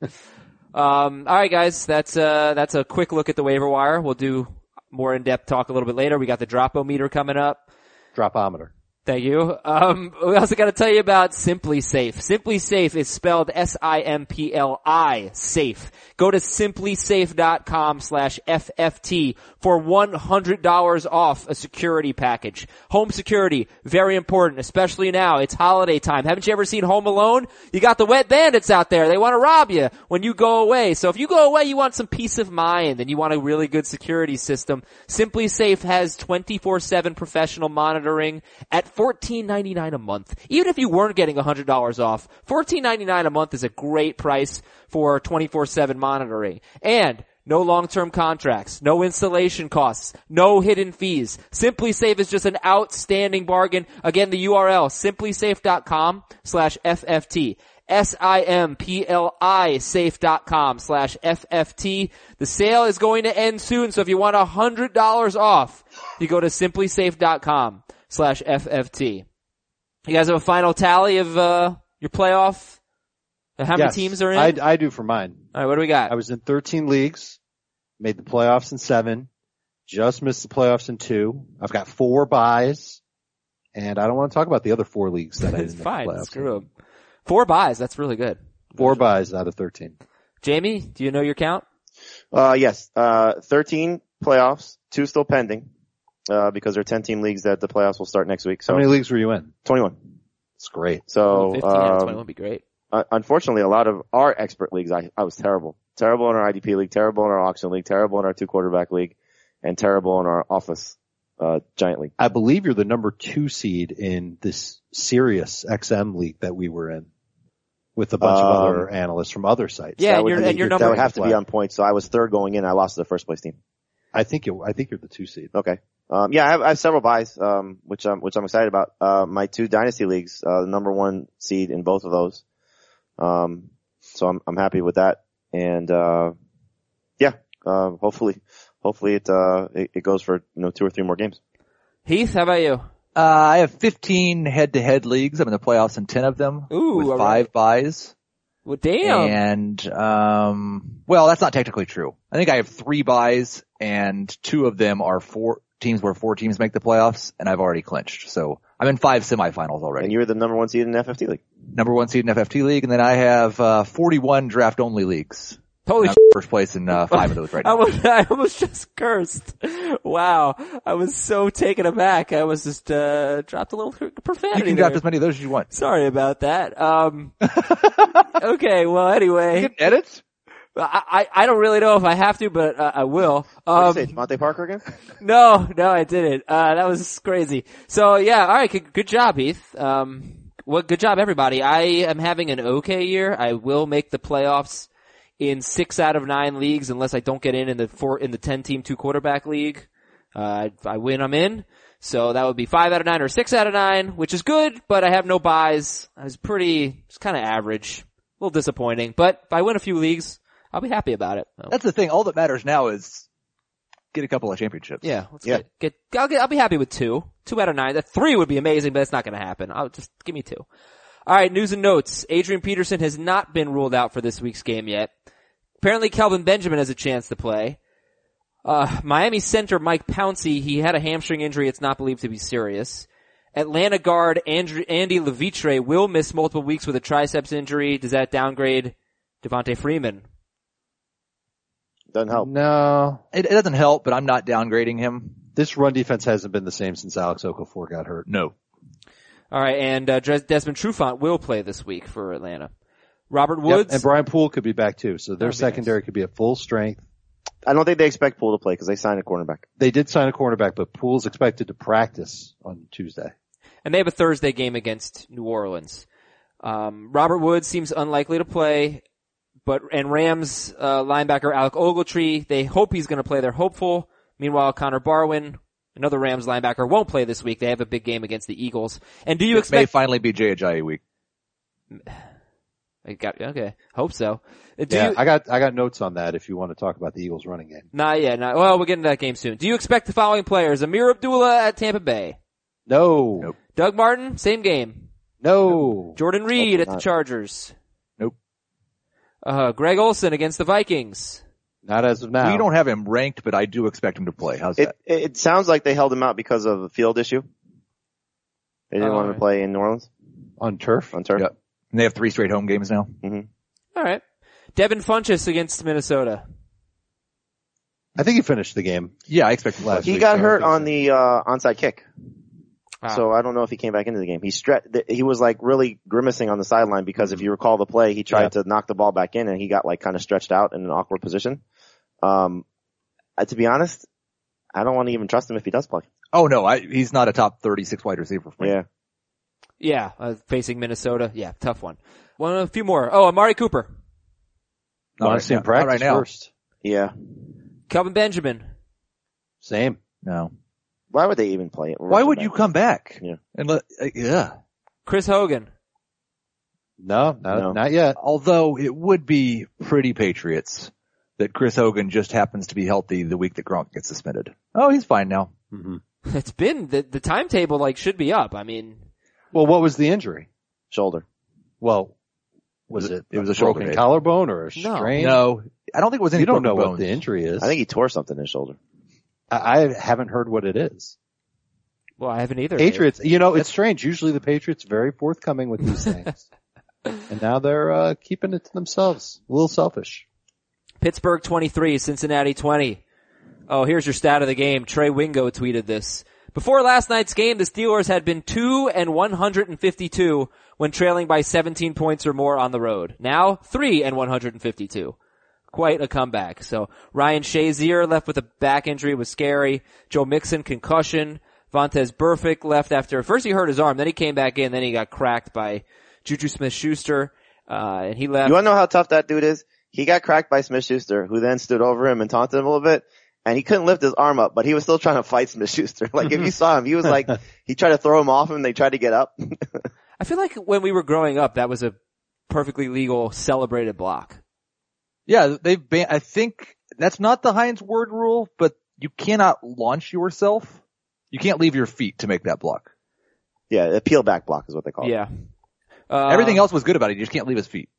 B: Um, all right, guys. That's uh, that's a quick look at the waiver wire. We'll do more in depth talk a little bit later. We got the dropometer coming up.
D: Dropometer.
B: Thank you. Um, we also got to tell you about Simply Safe. Simply Safe is spelled S-I-M-P-L-I, safe. Go to simplysafe.com slash FFT for $100 off a security package. Home security, very important, especially now. It's holiday time. Haven't you ever seen Home Alone? You got the wet bandits out there. They want to rob you when you go away. So if you go away, you want some peace of mind and you want a really good security system. Simply Safe has 24-7 professional monitoring at $14.99 a month. Even if you weren't getting $100 off, $14.99 a month is a great price for 24-7 monitoring. And no long-term contracts, no installation costs, no hidden fees. Simply Safe is just an outstanding bargain. Again, the URL, simplysafe.com slash FFT. S-I-M-P-L-I safe.com slash FFT. The sale is going to end soon, so if you want $100 off, you go to simplysafe.com slash FFT. You guys have a final tally of, uh, your playoff? Uh, How many
D: Yes,
B: teams are in?
D: I, I do for mine.
B: Alright, what do we got?
D: I was in 13 leagues, made the playoffs in seven, just missed the playoffs in two. I've got four buys, and I don't want to talk about the other four leaagues that I
B: It's
D: didn't make
B: fine.
D: the playoffs.
B: Screw 'em. Four buys. That's really good.
D: Four buys out of 13.
B: Jamie, do you know your count?
E: Uh, yes, uh, 13 playoffs, two still pending, uh, because there are 10 team leagues that the playoffs will start next week.
D: How
E: So
D: many leagues were you in?
E: 21.
D: It's great.
E: So,
B: 15 out of
E: um,
B: 21 would be great.
E: uh, unfortunately, a lot of our expert leagues, I, I was terrible. Terrible in our IDP league, terrible in our auction league, terrible in our two quarterback league, and terrible in our office, uh, giant league.
D: I believe you're the number two seed in this Sirius XM league that we were in with a bunch of
E: Um,
D: other analysts from other sites.
B: Yeah,
E: that
B: and
E: would-
B: your-
E: I think
B: and your
E: that
B: number-
E: would have to be on points. So I was third going in. I lost to the first place team.
D: I think you, I think you're the two seed.
E: Okay. Um, yeah, I have, I have several buys, um, which I'm which I'm excited about. Uh, my two dynasty leagues, uh, the number one seed in both of those. Um, so I'm I'm happy with that, and uh, yeah, uh, hopefully, hopefully it uh it, it goes for you know two or three more games.
B: Heath, how about you?
C: Uh, I have 15 head-to-head leagues. I'm in the playoffs in 10 of them
B: Ooh,
C: with
B: all
C: five
B: right.
C: buys.
B: Well, damn.
C: And um, well, that's not technically true. I think I have three buys, and two of them are four teams where four teams make the playoffs, and I've already clinched. So I'm in five semifinals
E: And
C: already.
E: you were the number one seed in the FFT league.
C: Number one seed in FFT league, and then I have uh, 41 draft only leagues.
B: Holy
C: And
B: shit.
C: I'm first place in uh, five of those right
B: I
C: now.
B: almost, I almost just cursed. Wow. I was so taken aback. I was just, uh, dropped a little profanity
C: You can
B: there.
C: draft as many of those as you want.
B: Sorry about that. Um, okay, well anyway.
C: Edit.
B: I, I I don't really know if I have to, but uh, I will. Um,
E: What'd you say, Monte Parker again?
B: no, no, I didn't. Uh, that was crazy. So yeah, all right, good, good job, Heath. Um, well, good job, everybody. I am having an okay year. I will make the playoffs in six out of nine leagues, unless I don't get in in the four in the ten team two quarterback league. Uh, if I win, I'm in. So that would be five out of nine or six out of nine, which is good. But I have no buys. I was pretty, it's kind of average, a little disappointing. But if I win a few leagues, I'll be happy about it. So,
C: That's the thing. All that matters now is get a couple of championships.
B: yeah, let's
E: Yeah.
B: Get, get, I'll, get, I'll be happy with two. Two out of nine. That three would be amazing, but that's not going to happen. I'll just give me two. All right, news and notes. Adrian Peterson has not been ruled out for this week's game yet. Apparently, Kelvin Benjamin has a chance to play. Uh, Miami center Mike Pouncey, he had a hamstring injury. It's not believed to be serious. Atlanta guard Andrew, Andy Levitre will miss multiple weeks with a triceps injury. Does that downgrade Devontae Freeman?
E: Doesn't help.
D: No,
C: It, it doesn't help, but I'm not downgrading him.
D: this run defense hasn't been the same since Alex Okafor got hurt.
C: No.
B: All right, and uh, Dres- Desmond Trufant will play this week for Atlanta. Robert
D: Yep,
B: Woods,
D: and Brian Poole could be back too, so their
B: That'd be
D: secondary could be at full strength.
E: I don't think they expect Poole to play because they signed a cornerback.
D: They did sign a cornerback, but Poole's expected to practice on Tuesday.
B: and they have a Thursday game against New Orleans. Um, Robert Woods seems unlikely to play, but and Rams uh, linebacker Alec Ogletree, they hope he's going to play. They're hopeful. Meanwhile, Connor Barwin, another Rams linebacker, won't play this week. They have a big game against the Eagles. And do you
C: May
B: expect?
C: finally be Jai week.
B: I got okay. Hope so. Uh, Do
D: yeah,
B: you,
D: I got I got notes on that if you want to talk about the Eagles running game.
B: not yet. Not, well, we'll get into that game soon. Do you expect the following players? Amir Abdullah at Tampa Bay.
D: No,
C: Nope.
B: Doug Martin, same game.
D: no,
B: Jordan Reed at
E: not.
B: the Chargers.
C: Nope.
B: Uh, Greg Olson against the Vikings.
D: not as of now.
C: We don't have him ranked, but I do expect him to play. How's
E: It,
C: that?
E: it it sounds like they held him out because of a field issue. They didn't
B: Oh,
E: want him
B: yeah.
E: to play in New Orleans
D: on turf.
E: on turf.
C: Yeah. And they have three straight home games now.
B: All right. Devin Funchess against Minnesota.
D: I think he finished the game.
C: Yeah, I expect him to
D: Last
C: play.
E: He
D: week,
E: got
D: so
E: hurt
D: I guess-
E: on the uh, onside kick,
B: Ah.
E: so I don't know if he came back into the game. He stre- th- he was like really grimacing on the sideline because if you recall the play, he tried to knock the ball back in and he got like kind of stretched out in an awkward position. Um, uh, to be honest, I don't want to even trust him if he does play.
C: Oh no, I, he's not a top 36 wide receiver for me.
E: Yeah,
B: yeah, uh, facing Minnesota. Yeah, tough one. One, a few more. Oh, Amari Cooper,
C: Not
D: Want
C: right
D: to see him
C: now. Not
D: practice
C: right now.
D: first.
E: yeah.
B: Kelvin Benjamin.
D: Same.
C: No.
E: Why would they even play it?
C: Why would you come back?
E: Yeah.
C: And let, uh, yeah.
B: Chris Hogan.
D: No, not,
E: No.
D: not yet.
C: Although it would be pretty Patriots that Chris Hogan just happens to be healthy the week that Gronk gets suspended. Oh, he's fine now.
B: It's been, the, the timetable like should be up. I mean,
D: Well, what was the injury?
E: shoulder?
D: Well, was it
C: it was a shoulder
D: broken
C: injury.
D: collarbone or a strain?
C: No, I don't think it was any
D: you don't
C: broken
D: know
C: bones.
D: what the injury is.
E: I think he tore something in his shoulder.
D: I, I haven't heard what it is.
B: well, I haven't either.
D: Patriots, you know, it's strange. Usually the Patriots very forthcoming with these things, and now they're uh, keeping it to themselves. A little selfish.
B: Pittsburgh 23, Cincinnati 20. Oh, here's your stat of the game. Trey Wingo tweeted this. Before last night's game, the Steelers had been 2 and 152 when trailing by 17 points or more on the road. Now, 3 and 152. Quite a comeback. So, Ryan Shazier left with a back injury was scary. Joe Mixon concussion. Vontez Burfict left after, first he hurt his arm, then he came back in, then he got cracked by Juju Smith-Schuster, uh, and he left.
E: You want to know how tough that dude is? He got cracked by Smith Schuster, who then stood over him and taunted him a little bit. And he couldn't lift his arm up, but he was still trying to fight Smith Schuster. Like if you saw him, he was like, he tried to throw him off him. They tried to get up.
B: I feel like when we were growing up, that was a perfectly legal celebrated block.
C: Yeah, they've banned, I think that's not the Heinz word rule, but you cannot launch yourself. You can't leave your feet to make that block.
E: yeah, a peel back block is what they call it.
B: Yeah. Uh,
C: Everything else was good about it. You just can't leave his feet.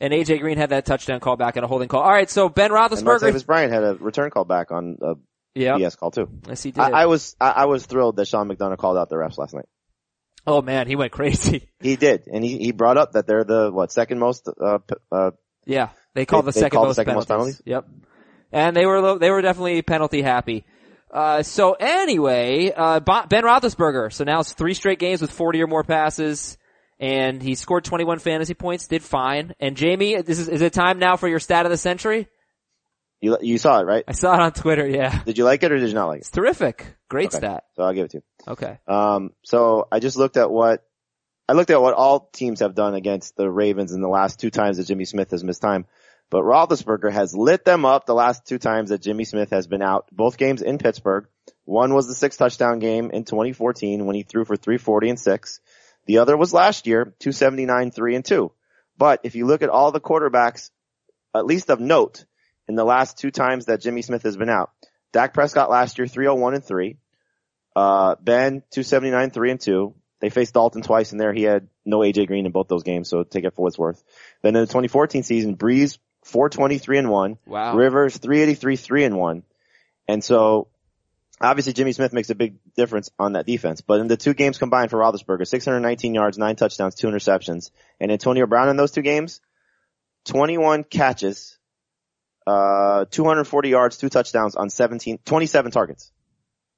B: And AJ Green had that touchdown call back and a holding call. All right, so Ben
E: And Martavis
B: Roethlisberger.
E: Bryant had a return call back on a
B: Yeah,
E: BS call too.
B: yes he did.
E: I, I was, I, I was thrilled that Sean McDonough called out the refs last night.
B: oh man, he went crazy.
E: He did. And he, he brought up that they're the, what, second most, uh, p- uh,
B: Yeah, they called
E: They-
B: the
E: they
B: second
E: called the
B: most
E: second most
B: penalties. Yep, and they were lo- they were definitely penalty happy. Uh, so anyway, uh, Bo- Ben Roethlisberger. So now it's three straight games with forty or more passes, and he scored 21 fantasy points, did fine. And Jamie, this is, is it time now for your stat of the century?
E: You you saw it right?
B: I saw it on Twitter, yeah.
E: Did you like it or did you not like it?
B: It's terrific. Great
E: Okay.
B: stat.
E: So I'll give it to you.
B: Okay.
E: Um, so I just looked at what I looked at what all teams have done against the Ravens in the last two times that Jimmy Smith has missed time. But Roethlisberger has lit them up the last two times that Jimmy Smith has been out. Both games in Pittsburgh. One was the six touchdown game in 2014 when he threw for 340 and six. The other was last year, 279, three and two. But if you look at all the quarterbacks, at least of note, in the last two times that Jimmy Smith has been out, Dak Prescott last year 301 and three. Uh, Ben, 279, 3 and 2. They faced Dalton twice in there. He had no AJ Green in both those games, so take it for what it's worth. Then in the 2014 season, Breeze, 423 and 1.
B: Wow.
E: Rivers, 383, 3 and 1. And so, obviously Jimmy Smith makes a big difference on that defense. But in the two games combined for Roethlisberger, 619 yards, 9 touchdowns, 2 interceptions. And Antonio Brown in those two games, 21 catches, uh, 240 yards, 2 touchdowns on 17, 27 targets.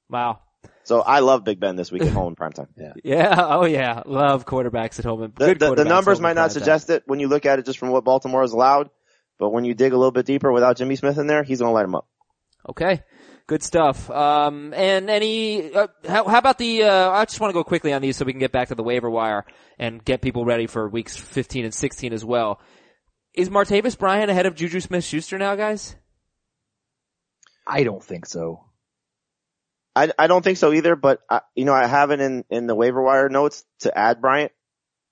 B: Wow.
E: So I love Big Ben this week at home in primetime.
B: Yeah. Oh yeah. Love quarterbacks at home. And
E: The,
B: good
E: the, the
B: quarterbacks at
E: numbers
B: home
E: might
B: in
E: not
B: primetime.
E: suggest it when you look at it just from what Baltimore is allowed, but when you dig a little bit deeper without Jimmy Smith in there, he's going to light him up.
B: Okay. Good stuff. Um, and any, uh, how, how about the, uh, I just want to go quickly on these so we can get back to the waiver wire and get people ready for weeks 15 and 16 as well. Is Martavis Bryant ahead of Juju Smith-Schuster now, guys?
C: I don't think so.
E: I, I don't think so either, but I, you know, I have it in, in the waiver wire notes to add Bryant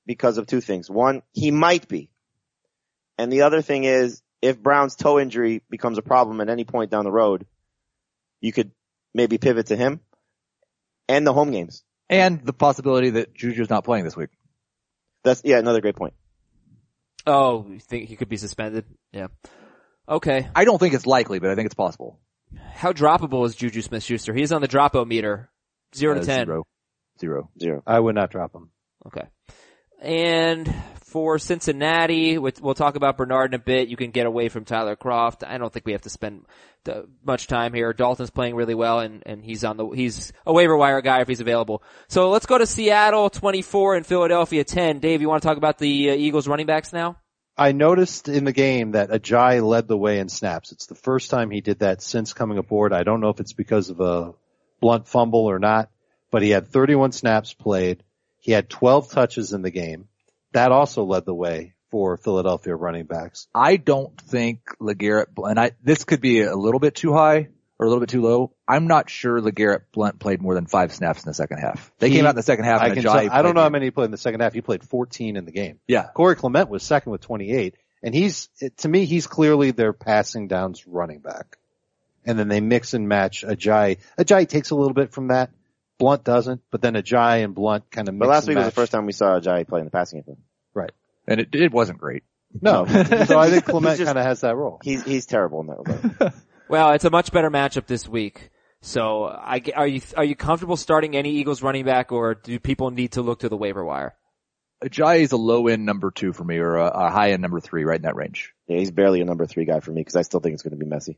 E: because of two things. One, he might be. And the other thing is if Brown's toe injury becomes a problem at any point down the road, you could maybe pivot to him and the home games.
C: And the possibility that Juju's not playing this week.
E: That's, yeah, another great point.
B: Oh, you think he could be suspended? Yeah. Okay.
C: I don't think it's likely, but I think it's possible.
B: How droppable is Juju Smith-Schuster? He's on the dropo meter. Zero to
C: Uh,
B: ten.
C: Zero. Zero.
E: Zero.
D: I would not drop him.
B: Okay. And for Cincinnati, which we'll talk about Bernard in a bit. You can get away from Tyler Croft. I don't think we have to spend uh, much time here. Dalton's playing really well, and, and he's on the he's a waiver wire guy if he's available. So let's go to Seattle twenty four and Philadelphia ten. Dave, you want to talk about the uh, Eagles running backs now?
D: I noticed in the game that Ajay led the way in snaps. It's the first time he did that since coming aboard. I don't know if it's because of a blunt fumble or not, but he had 31 snaps played. He had 12 touches in the game. That also led the way for Philadelphia running backs.
C: I don't think LeGarrette Blunt, and I, this could be a little bit too high or a little bit too low. I'm not sure LeGarrette Blunt played more than five snaps in the second half. They
D: He-
C: came out in the second half
D: I,
C: and
D: can
C: Ajayi
D: tell, I don't
C: played-
D: know how many he played in the second half. He played 14 in the game.
C: Yeah.
D: Corey Clement was second with 28, and he's it- to me he's clearly their passing downs running back. And then they mix and match Ajay. Ajay takes a little bit from that. Blunt doesn't, but then Ajay and Blunt kind of.
E: But
D: mix
E: last
D: and
E: week was the
D: match.
E: first time we saw Ajayi play in the passing game.
C: And it, it wasn't great.
D: No, so I think Clement
E: Just-
D: kind of has that role.
E: He's he's terrible in that regard.
B: Well, it's a much better matchup this week. So I g are you are you comfortable starting any Eagles running back, or do people need to look to the waiver wire?
C: Ajayi is a low end number two for me or a, a high end number three right in that range.
E: yeah, he's barely a number three guy for me because I still think it's going to be messy.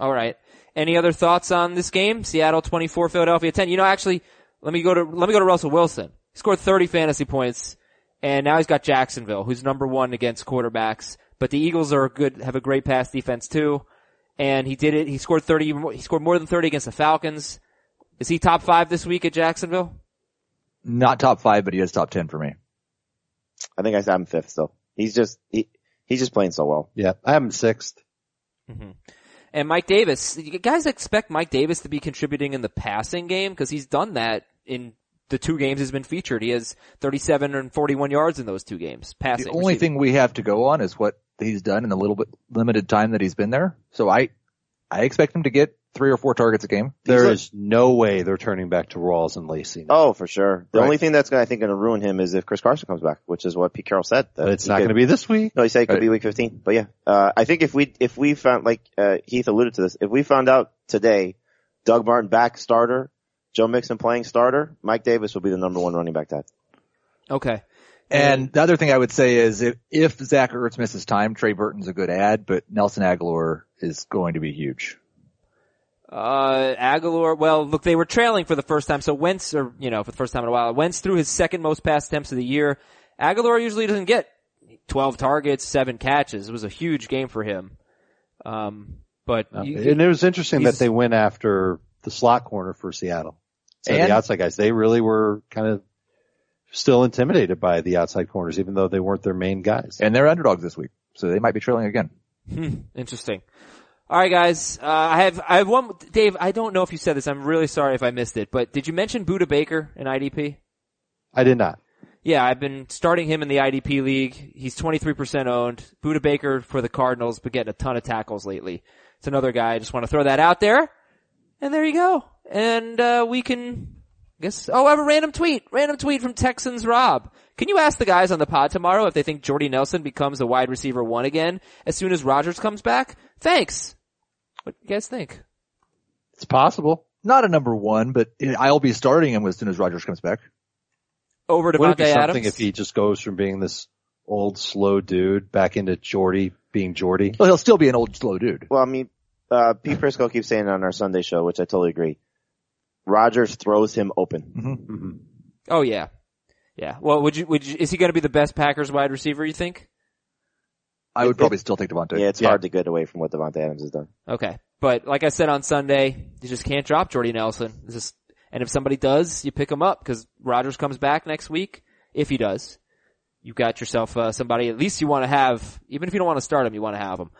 B: All right. Any other thoughts on this game? Seattle 24, Philadelphia 10. You know, actually, let me go to, let me go to Russell Wilson. He scored 30 fantasy points and now he's got Jacksonville, who's number one against quarterbacks, but the Eagles are good, have a great pass defense too. And he did it. He scored 30, more- he scored more than 30 against the Falcons. Is he top five this week at Jacksonville?
C: Not top five, but he is top 10 for me.
E: I think I said him fifth still. He's just he he's just playing so well.
D: Yeah, I have him sixth.
B: And Mike Davis, you guys expect Mike Davis to be contributing in the passing game because he's done that in the two games he's been featured. He has 37 and 41 yards in those two games passing.
C: The only
B: receiving.
C: thing we have to go on is what he's done in the little bit limited time that he's been there. So I, I expect him to get three or four targets a game.
D: There
E: He's a-
D: is no way they're turning back to Rawls and Lacey.
E: Oh, for sure. The
D: Right.
E: only thing that's going to I think going to ruin him is if Chris Carson comes back, which is what Pete Carroll said.
D: but it's not going to be this week.
E: No, he said it could
C: Right.
E: be week 15. But yeah, uh, I think if we if we found like uh, Heath alluded to this, if we found out today, Doug Martin back starter, Joe Mixon playing starter, Mike Davis will be the number one running back. That
B: Okay.
C: And the other thing I would say is if, if Zach Ertz misses time, Trey Burton's a good ad, but Nelson Aguilar is going to be huge.
B: Uh, Aguilar, well, look, they were trailing for the first time, so Wentz, or, you know, for the first time in a while, Wentz threw his second most pass attempts of the year. Aguilar usually doesn't get 12 targets, 7 catches. It was a huge game for him. Um, but
C: Uh,
B: you-
D: and it was interesting that
B: he's-
D: they went after the slot corner for Seattle. So
C: And-
D: the outside guys, they really were kind of still intimidated by the outside corners, even though they weren't their main guys.
C: and they're underdogs this week, so they might be trailing again.
B: Interesting. All right, guys. Uh, I have I have one. Dave, I don't know if you said this. I'm really sorry if I missed it, but did you mention Buda Baker in IDP?
D: I did not.
B: Yeah, I've been starting him in the IDP league. He's 23% owned. Buda Baker for the Cardinals, but getting a ton of tackles lately. It's another guy. I just want to throw that out there. And there you go. And uh, we can I guess. Oh, I have a random tweet. Random tweet from Texans Rob. Can you ask the guys on the pod tomorrow if they think Jordy Nelson becomes a wide receiver one again as soon as Rogers comes back? Thanks. What do you guys think?
D: It's possible.
C: Not a number one, but I'll be starting him as soon as Rogers comes back.
B: Over to
D: Would it be
B: Devontae
D: something
B: Adams.
D: if he just goes from being this old slow dude back into Jordy being Jordy?
C: Well, he'll still be an old slow dude.
E: Well, I mean, uh, Pete Prisco keeps saying it on our Sunday show, which I totally agree. Rogers throws him open.
B: oh yeah, yeah. Well, would you? Would you? Is he going to be the best Packers wide receiver? You think?
C: I would probably still take Devontae.
E: Yeah, it's
D: Yeah.
E: hard to get away from what Devontae Adams has done.
B: Okay. But like I said on Sunday, you just can't drop Jordy Nelson. This is, and if somebody does, you pick him up because Rogers comes back next week. If he does, you've got yourself uh, somebody at least you want to have, even if you don't want to start him, you want to have him.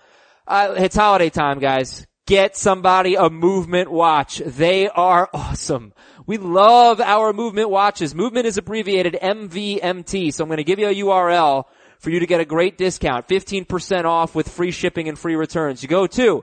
B: Uh, it's holiday time, guys. Get somebody a movement watch. They are awesome. We love our movement watches. Movement is abbreviated MVMT. So I'm going to give you a URL for you to get a great discount. 15% off with free shipping and free returns. You go to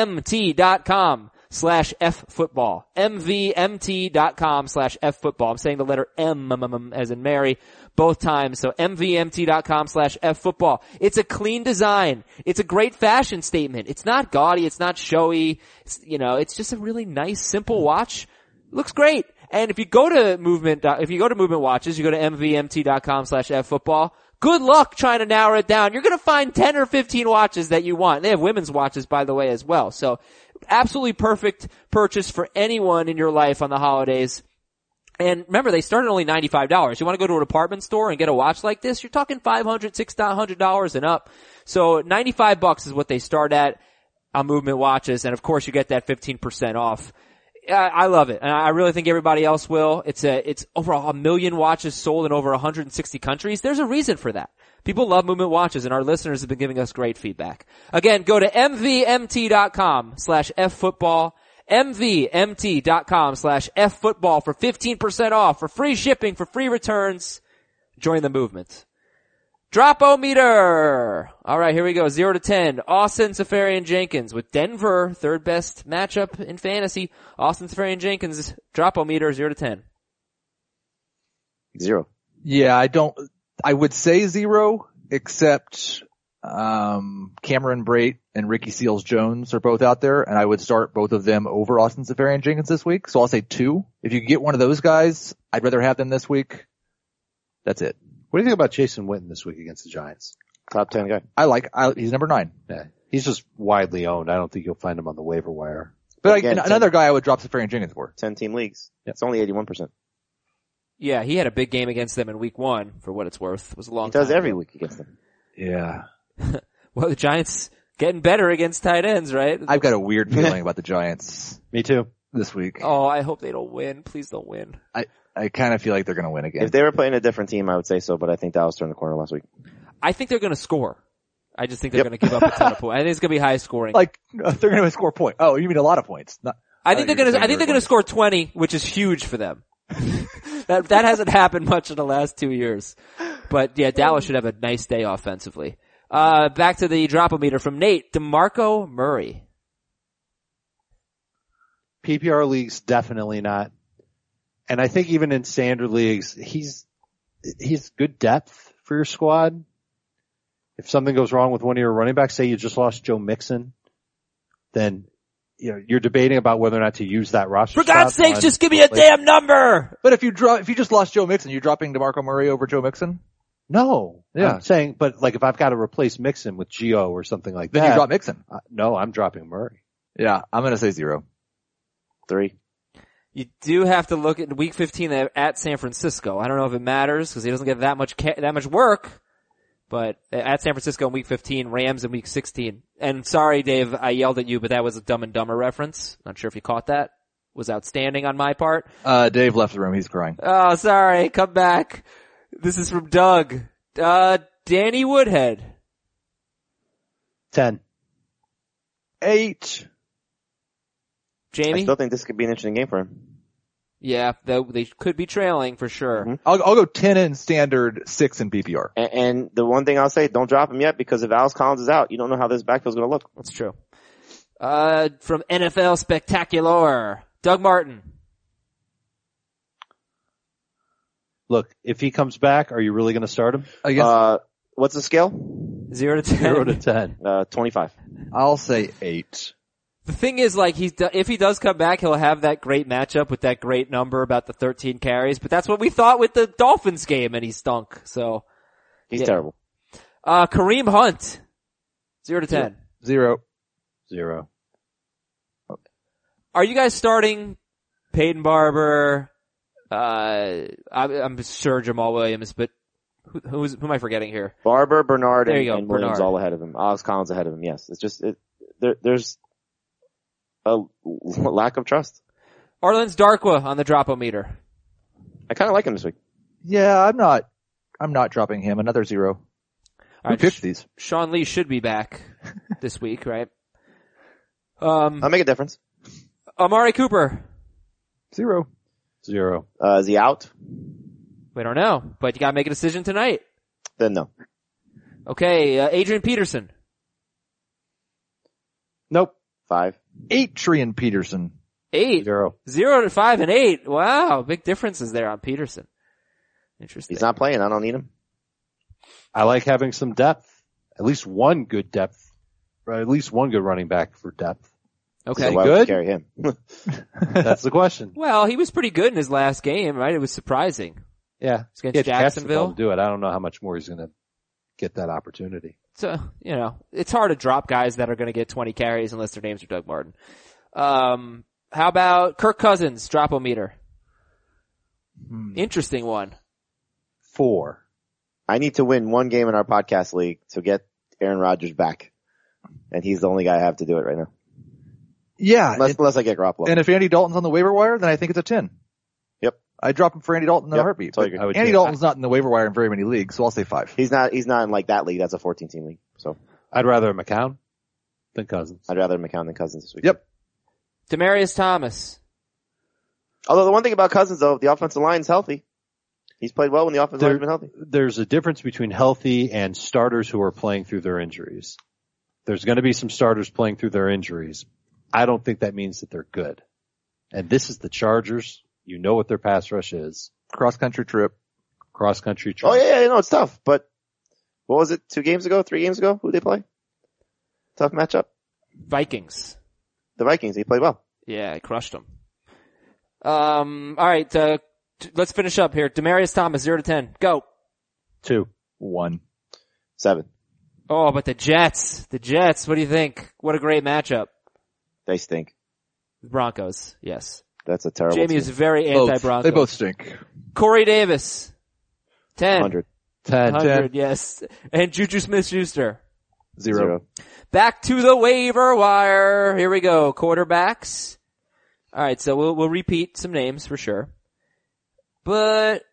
B: MVMT.com slash F football. MVMT.com slash F football. I'm saying the letter M M, M, M, as in Mary both times. So MVMT.com slash F football. It's a clean design. It's a great fashion statement. It's not gaudy. It's not showy. It's, you know, it's just a really nice, simple watch. Looks great. And if you go to movement, dot- if you go to movement watches, you go to MVMT.com slash F football. Good luck trying to narrow it down. You're going to find 10 or 15 watches that you want. They have women's watches, by the way, as well. So absolutely perfect purchase for anyone in your life on the holidays. And remember, they start at only $95. You want to go to a department store and get a watch like this? You're talking $500, $600 and up. So 95 bucks is what they start at on movement watches. And of course, you get that 15% off. I, I love it. And I really think everybody else will. It's a, it's over a million watches sold in over 160 countries. There's a reason for that. People love movement watches and our listeners have been giving us great feedback. Again, go to mvmt.com slash ffootball mvmt.com slash ffootball for 15% off, for free shipping, for free returns. Join the movement. Dropo meter. All right, here we go. Zero to ten. Austin Safarian Jenkins with Denver, third best matchup in fantasy. Austin Safarian Jenkins dropo meter zero to ten.
E: Zero.
C: Yeah, I don't. I would say zero, except um, Cameron Brait and Ricky Seals Jones are both out there, and I would start both of them over Austin Safarian Jenkins this week. So I'll say two. If you get one of those guys, I'd rather have them this week. That's it.
D: What do you think about Jason Witten this week against the Giants?
E: Top 10 guy.
C: I like. I, he's number nine.
D: Yeah. He's just widely owned. I don't think you'll find him on the waiver wire.
C: But
E: Again,
C: I, another guy I would drop Safarian Jenkins for.
E: 10 team leagues. It's only 81%.
B: Yeah, he had a big game against them in week one, for what it's worth. It was a long
E: He does
B: time
E: every
B: ago.
E: week against them.
C: Yeah,
B: Well, the Giants getting better against tight ends, right?
C: I've got a weird feeling about the Giants
D: Me too.
C: this week.
B: oh, I hope they don't win. Please don't win.
C: I I kind of feel like they're going to win again.
E: If they were playing a different team, I would say so, but I think Dallas turned the corner last week.
B: I think they're going to score. I just think they're going to give up a ton of points. I think it's going to be high scoring.
C: like they're going to score a point. Oh, you mean a lot of points? Not,
B: I think
C: Uh,
B: they're
C: you're
B: gonna.
C: saying
B: I
C: they're
B: think they're gonna
C: going-
B: score twenty, which is huge for them. that that hasn't happened much in the last two years, but yeah, Dallas should have a nice day offensively. Uh, back to the dropometer from Nate Demarco Murray.
D: PPR leagues, definitely not. And I think even in standard leagues, he's, he's good depth for your squad. If something goes wrong with one of your running backs, say you just lost Joe Mixon, then you know, you're debating about whether or not to use that roster.
B: For God's
D: spot
B: sakes,
D: on-
B: just give me a damn number.
C: But if you drop, if you just lost Joe Mixon, you're dropping DeMarco Murray over Joe Mixon.
D: No,
C: Yeah.
D: I'm saying, but like if I've got to replace Mixon with Geo or something like
C: Then
D: that,
C: you drop Mixon.
D: uh, no, I'm dropping Murray.
C: Yeah, I'm gonna say zero.
E: Three.
B: You do have to look at week 15 at, at San Francisco. I don't know if it matters because he doesn't get that much ca- that much work, but at San Francisco in week 15, Rams in week 16. And sorry, Dave, I yelled at you, but that was a Dumb and Dumber reference. Not sure if you caught that. Was outstanding on my part.
C: Uh, Dave left the room. He's crying.
B: Oh, sorry. Come back. This is from Doug. Uh, Danny Woodhead.
D: Ten.
E: Eight. I
B: Jamie?
E: still think this could be an interesting game for him.
B: Yeah, though they could be trailing for sure.
C: I'll, I'll go 10 in standard, 6 in PPR.
E: And, and the one thing I'll say, don't drop him yet because if Alice Collins is out, you don't know how this backfield's going to look.
B: That's true. Uh, from NFL Spectacular, Doug Martin.
D: Look, if he comes back, are you really going to start him?
C: I guess
E: Uh, what's the scale?
B: Zero to ten.
D: Zero to ten.
E: Uh, 25.
C: I'll say 8.
B: The thing is, like, he's do- if he does come back, he'll have that great matchup with that great number about the 13 carries. But that's what we thought with the Dolphins game, and he stunk. So,
E: He's
B: Yeah.
E: terrible.
B: uh, Kareem Hunt, zero to ten.
C: 0.
D: Zero.
B: Are you guys starting Peyton Barber? Uh, I'm, I'm sure Jamal Williams, but who, who's who am I forgetting here?
E: Barber, Bernard,
B: There
E: and,
B: you go,
E: and Williams
B: Bernard.
E: all ahead of him. Alex Collins ahead of him. Yes, it's just it, there, there's a l- lack of trust.
B: Arlen's Darkwa on the dropometer. meter.
E: I kind of like him this week.
C: Yeah, I'm not, I'm not dropping him. Another 0.
B: All
C: Who
B: right,
C: picked these?
B: Sean Lee should be back this week, right? Um,
D: Uh,
E: I'll make a difference.
B: Amari Cooper.
C: 0.
D: Zero.
E: Uh, is he out?
B: We don't know, but you gotta make a decision tonight.
E: Then no.
B: Okay, uh, Adrian Peterson.
D: Nope.
E: Five.
C: 8 Trian Peterson.
B: Eight.
D: Zero.
B: Zero to five and eight. Wow, big differences there on Peterson. Interesting.
E: He's not playing. I don't need him.
D: I like having some depth. At least one good depth. Or at least one good running back for depth.
E: So
B: okay.
E: why would you
D: good.
E: carry him?
D: That's the question.
B: Well, he was pretty good in his last game, right? It was surprising.
D: Yeah.
B: It's against
D: He had to catch the
B: Jacksonville.
D: ball to do it. I don't know how much more he's going to get that opportunity.
B: so you know, it's hard to drop guys that are going to get 20 carries unless their names are Doug Martin. Um, how about Kirk Cousins drop meter?
C: Hmm.
B: Interesting one.
D: Four.
E: I need to win one game in our podcast league to get Aaron Rodgers back. And he's the only guy I have to do it right now.
C: Yeah.
E: Unless,
C: and-
E: unless I get Garoppolo.
C: and if Andy Dalton's on the waiver wire, then I think it's a 10.
E: Yep.
C: I drop him for Andy Dalton in a
E: Yep,
C: heartbeat. but
E: totally agree.
D: I would
C: Andy
D: do-
C: Dalton's not in the waiver wire in very many leagues, so I'll say 5.
E: he's not, he's not in like that league. That's a 14 team league. So
D: I'd rather McCown than Cousins.
E: I'd rather McCown than Cousins this week.
C: Yep.
B: Demarius Thomas.
E: Although the one thing about Cousins though, if the offensive line's healthy, he's played well when the offensive
D: They're-
E: line's been healthy.
D: There's a difference between healthy and starters who are playing through their injuries. There's going to be some starters playing through their injuries. I don't think that means that they're good. And this is the Chargers. You know what their pass rush is.
C: Cross country trip.
D: Cross country.
E: Oh yeah, yeah, no, it's tough, but what was it? Two games ago, three games ago? Who they play? Tough matchup.
B: Vikings.
E: The Vikings. He played well.
B: Yeah, I crushed him. Um, all right, uh, t- let's finish up here. Demarius Thomas, zero to ten. Go.
D: Two.
C: 1.
E: Seven.
B: Oh, but the Jets. The Jets. What do you think? What a great matchup.
E: They stink.
B: Broncos. Yes.
E: That's a terrible.
B: Jamie
E: team.
B: is very
C: Both.
B: anti-Broncos.
C: They both stink.
B: Corey Davis. Ten.
E: 100.
D: Ten.
B: 100, yes. And Juju Smith-Schuster.
C: 0.
E: Zero.
B: Back to the waiver wire. Here we go. Quarterbacks. All right, so we'll we'll repeat some names for sure. But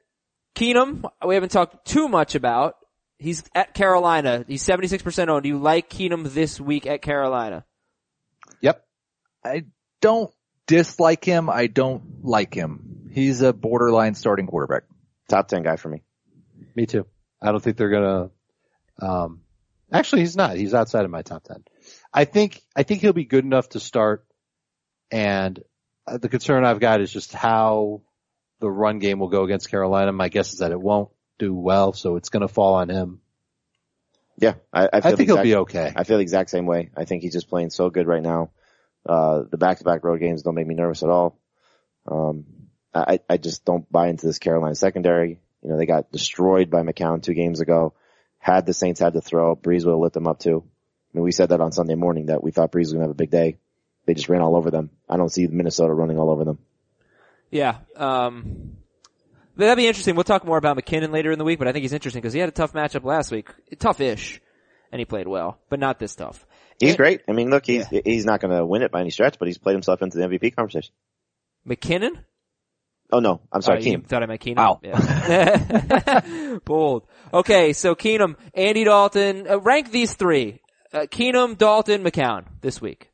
B: Keenum, we haven't talked too much about. He's at Carolina. He's 76% owned. Do you like Keenum this week at Carolina?
D: Yep.
C: I don't dislike him. I don't like him. He's a borderline starting quarterback.
E: Top 10 guy for me.
D: Me too. I don't think they're gonna. Um, actually, he's not. He's outside of my top ten. I think. I think he'll be good enough to start. And uh, the concern I've got is just how the run game will go against Carolina. My guess is that it won't do well, so it's gonna fall on him.
E: Yeah. I, I,
D: I,
E: feel the
D: think he'll
E: exact-
D: be okay.
E: I feel the exact same way. I think he's just playing so good right now. Uh, the back-to-back road games don't make me nervous at all. Um, I, I just don't buy into this Carolina secondary. You know, they got destroyed by McCown two games ago. Had the Saints had to throw, Breeze would have lit them up too. I mean, we said that on Sunday morning that we thought Breeze was going to have a big day. they just ran all over them. I don't see Minnesota running all over them.
B: Yeah. Um, that'd be interesting. We'll talk more about McKinnon later in the week, but I think he's interesting because he had a tough matchup last week. Tough-ish. And he played well, but not this tough.
E: He's great. I mean, look, he's he's not going to win it by any stretch, but he's played himself into the MVP conversation.
B: McKinnon?
E: Oh no, I'm sorry,
B: Oh, You
E: Keem.
B: thought I meant Keenum.
C: Ow.
B: Yeah. Bold. Okay, so Keenum, Andy Dalton, uh, rank these three. Uh, Keenum, Dalton, McCown this week.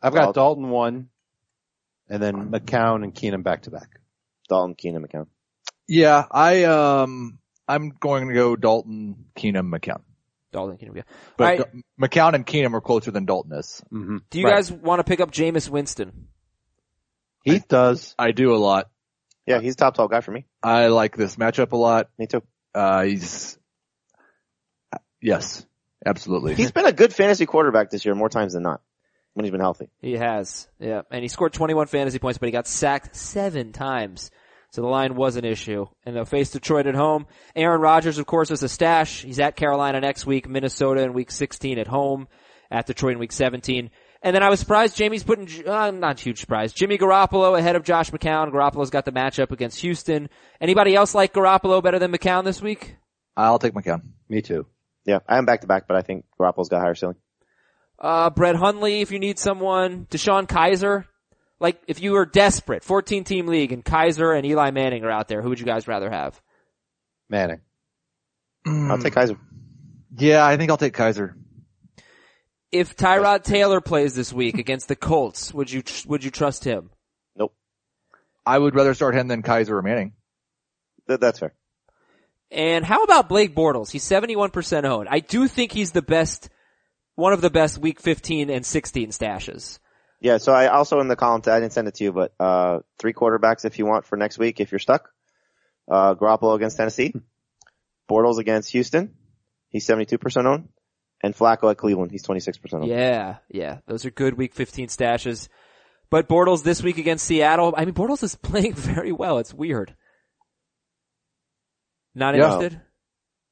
D: I've got Dalton one, and then McCown and Keenum back to back.
E: Dalton Keenan McCown.
C: Yeah, I um I'm going to go Dalton, Keenum, McCown.
B: Dalton, Keenum, yeah.
C: But
B: All right,
C: Da- McCown and Keenum are closer than Dalton is.
D: Mm-hmm.
B: do you
C: right.
B: guys want to pick up Jameis Winston?
D: He does.
C: I do a lot.
E: Yeah, he's a top twelve guy for me.
C: I like this matchup a lot.
E: Me too.
C: Uh he's yes, absolutely.
E: He's been a good fantasy quarterback this year more times than not when he's been healthy.
B: He has, yeah. And he scored 21 fantasy points, but he got sacked seven times. So the line was an issue. And they'll face Detroit at home. Aaron Rodgers, of course, is a stash. He's at Carolina next week, Minnesota in week 16 at home, at Detroit in week 17. And then I was surprised Jamie's putting, uh, not huge surprise, Jimmy Garoppolo ahead of Josh McCown. Garoppolo's got the matchup against Houston. Anybody else like Garoppolo better than McCown this week?
C: I'll take McCown.
D: Me too.
E: Yeah, I am back to back, but I think Garoppolo's got higher ceiling.
B: Uh, Brett Hundley, if you need someone. Deshaun Kaiser. Like, if you were desperate, 14 team league and Kaiser and Eli Manning are out there, who would you guys rather have?
D: Manning.
E: I'll take Kaiser.
C: Yeah, I think I'll take Kaiser.
B: If Tyrod Taylor plays this week against the Colts, would you, would you trust him?
C: I would rather start him than Kaiser or Manning.
E: Th- that's fair.
B: And how about Blake Bortles? He's 71% owned. I do think he's the best, one of the best week 15 and 16 stashes.
E: Yeah, so I also in the column, I didn't send it to you, but, uh, three quarterbacks if you want for next week if you're stuck. Uh, Garoppolo against Tennessee, Bortles against Houston, he's 72% owned, and Flacco at Cleveland, he's 26% owned.
B: Yeah, yeah. Those are good week 15 stashes. But Bortles this week against Seattle, I mean, Bortles is playing very well. It's weird. Not
C: Yeah.
B: interested?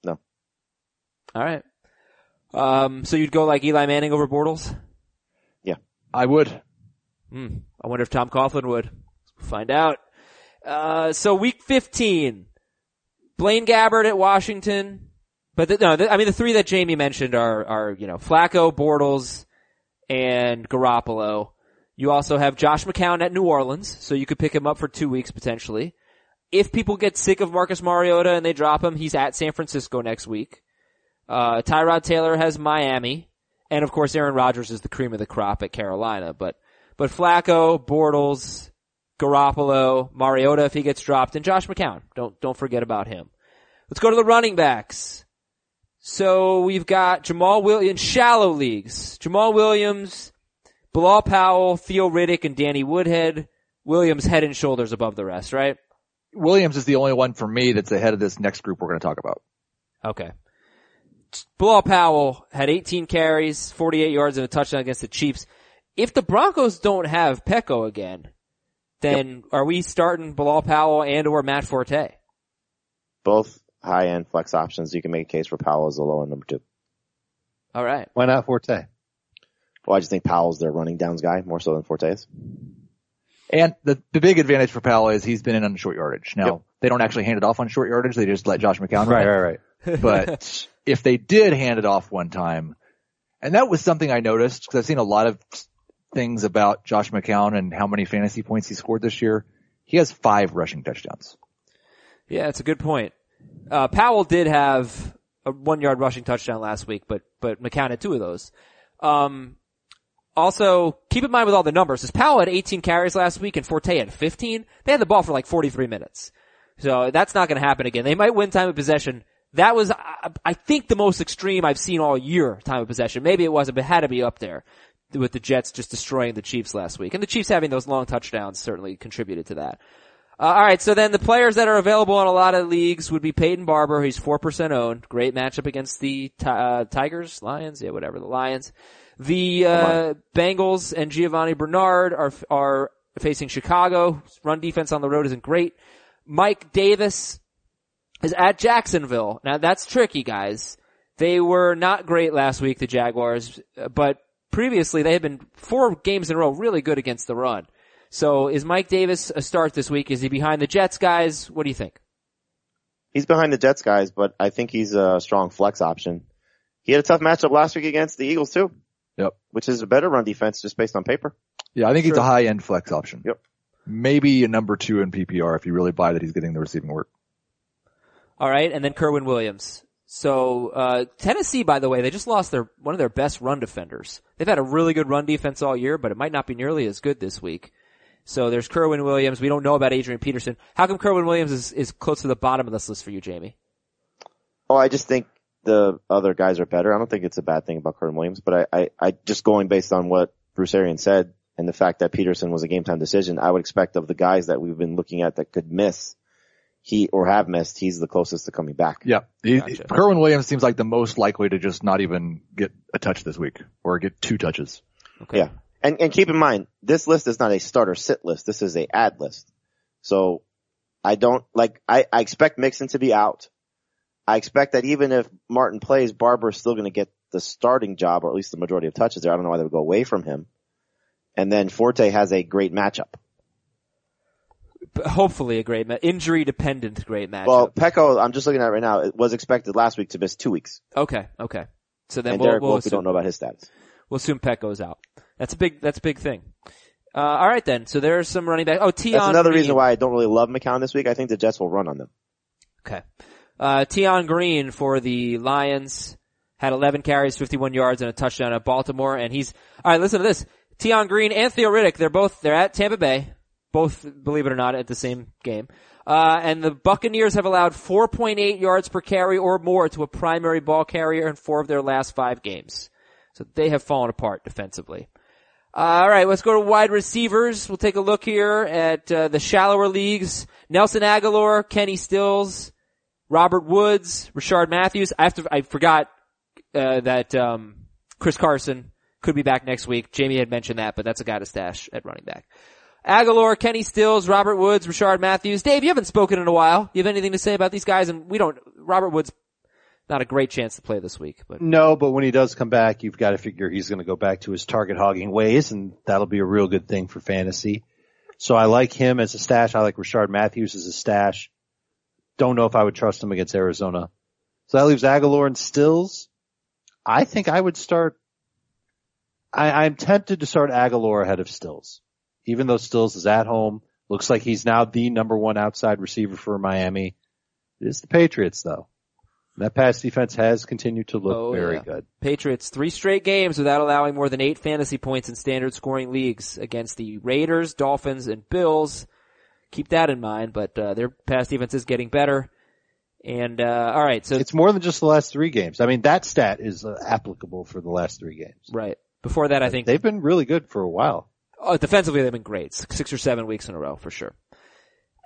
E: No.
B: Alright. Um, so you'd go like Eli Manning over Bortles?
C: I would.
B: Hmm. I wonder if Tom Coughlin would. Find out. Uh, so week 15. Blaine Gabbert at Washington. But the, no, the, I mean the three that Jamie mentioned are, are, you know, Flacco, Bortles, and Garoppolo. You also have Josh McCown at New Orleans, so you could pick him up for two weeks potentially. If people get sick of Marcus Mariota and they drop him, he's at San Francisco next week. Uh, Tyrod Taylor has Miami. And of course, Aaron Rodgers is the cream of the crop at Carolina, but, but Flacco, Bortles, Garoppolo, Mariota if he gets dropped, and Josh McCown. Don't, don't forget about him. Let's go to the running backs. So we've got Jamal Williams, shallow leagues. Jamal Williams, Bilal Powell, Theo Riddick, and Danny Woodhead. Williams head and shoulders above the rest, right?
C: Williams is the only one for me that's ahead of this next group we're going to talk about.
B: Okay. Bilal Powell had 18 carries, 48 yards, and a touchdown against the Chiefs. If the Broncos don't have Pecco again, then are we starting Bilal Powell and or Matt Forte?
E: Both high end flex options. You can make a case for Powell as the low end number two.
B: All right.
D: Why not Forte?
E: Well, I just think Powell's their running downs guy more so than Forte is.
C: And the, the big advantage for Powell is he's been in on short yardage. Now,
E: Yep.
C: they don't actually hand it off on short yardage. They just let Josh McCown run it.
D: right, right.
C: But if they did hand it off one time, and that was something I noticed because I've seen a lot of things about Josh McCown and how many fantasy points he scored this year. He has five rushing touchdowns.
B: Yeah, it's a good point. Uh, Powell did have a one yard rushing touchdown last week, but, but McCown had two of those. Um, also keep in mind with all the numbers is Powell had 18 carries last week and Forte had 15. They had the ball for like 43 minutes. So that's not going to happen again. They might win time of possession. That was, I, I think the most extreme I've seen all year time of possession. Maybe it wasn't, but it had to be up there with the Jets just destroying the Chiefs last week. And the Chiefs having those long touchdowns certainly contributed to that. Uh, all right, so then the players that are available in a lot of leagues would be Peyton Barber, who's four percent owned. Great matchup against the Ti- uh, Tigers, Lions, yeah, whatever, the Lions. The uh, Bengals and Giovanni Bernard are are facing Chicago. Run defense on the road isn't great. Mike Davis is at Jacksonville. Now that's tricky, guys. They were not great last week, the Jaguars, uh, but previously they had been four games in a row really good against the run. So is Mike Davis a start this week? Is he behind the Jets guys? What do you think?
E: He's behind the Jets guys, but I think he's a strong flex option. He had a tough matchup last week against the Eagles too.
C: Yep.
E: Which is a better run defense just based on paper.
C: Yeah, I think he's
E: Sure.
C: a high end flex option.
E: Yep.
C: Maybe a number two in PPR if you really buy that he's getting the receiving work.
B: All right, and then Kerwin Williams. So uh, Tennessee, by the way, they just lost their one of their best run defenders. They've had a really good run defense all year, but it might not be nearly as good this week. So there's Kerwin Williams. We don't know about Adrian Peterson. How come Kerwin Williams is, is close to the bottom of this list for you, Jamie?
E: Oh, I just think the other guys are better. I don't think it's a bad thing about Kern Williams, but I, I, I just going based on what Bruce Arian said and the fact that Peterson was a game time decision, I would expect of the guys that we've been looking at that could miss, he or have missed, he's the closest to coming back.
C: Yeah. He,
B: Gotcha.
C: Kerwin Williams seems like the most likely to just not even get a touch this week or get two touches.
B: Okay.
E: Yeah. And and keep in mind, this list is not a start or sit list. This is a ad list. So I don't like I, I expect Mixon to be out. I expect that even if Martin plays, Barber's still gonna get the starting job or at least the majority of touches there. I don't know why they would go away from him. And then Forte has a great matchup.
B: But hopefully a great ma- injury dependent great matchup.
E: Well, Pecco, I'm just looking at it right now, it was expected last week to miss two weeks.
B: okay, okay. So then
E: And
B: we'll,
E: Derek
B: we'll
E: Wolf, we
B: assume-
E: don't know about his status.
B: We'll assume Peck goes out. That's a big. That's a big thing. Uh, all right then. So there's some running back. Oh, Tion.
E: That's another
B: Green.
E: reason why I don't really love McCown this week. I think the Jets will run on them.
B: Okay. Uh, Tion Green for the Lions had 11 carries, 51 yards, and a touchdown at Baltimore. And he's all right. Listen to this. Tion Green and Theo Riddick. They're both. They're at Tampa Bay. Both, believe it or not, at the same game. Uh, and the Buccaneers have allowed 4.8 yards per carry or more to a primary ball carrier in four of their last five games. So they have fallen apart defensively. All right, let's go to wide receivers. We'll take a look here at uh, the shallower leagues. Nelson Aguilar, Kenny Stills, Robert Woods, Richard Matthews. I have to. I forgot uh, that um, Chris Carson could be back next week. Jamie had mentioned that, but that's a guy to stash at running back. Aguilar, Kenny Stills, Robert Woods, Richard Matthews. Dave, you haven't spoken in a while. You have anything to say about these guys? And we don't. Robert Woods, not a great chance to play this week, but
D: No, but when he does come back, you've got to figure he's going to go back to his target hogging ways, and that'll be a real good thing for fantasy. So I like him as a stash. I like Richard Matthews as a stash. Don't know if I would trust him against Arizona. So that leaves Aguilar and Stills. I think I would start. I, I'm tempted to start Aguilar ahead of Stills, even though Stills is at home. Looks like he's now the number one outside receiver for Miami. It is the Patriots though. And that pass defense has continued to look
B: Oh,
D: very
B: yeah.
D: good.
B: Patriots three straight games without allowing more than eight fantasy points in standard scoring leagues against the Raiders, Dolphins, and Bills. Keep that in mind, but uh, their pass defense is getting better. And uh, all right, so
D: It's more than just the last three games. I mean, that stat is uh, applicable for the last three games.
B: right before that, I think
D: They've been really good for a while.
B: oh, defensively they've been great, s- six or seven weeks in a row for sure.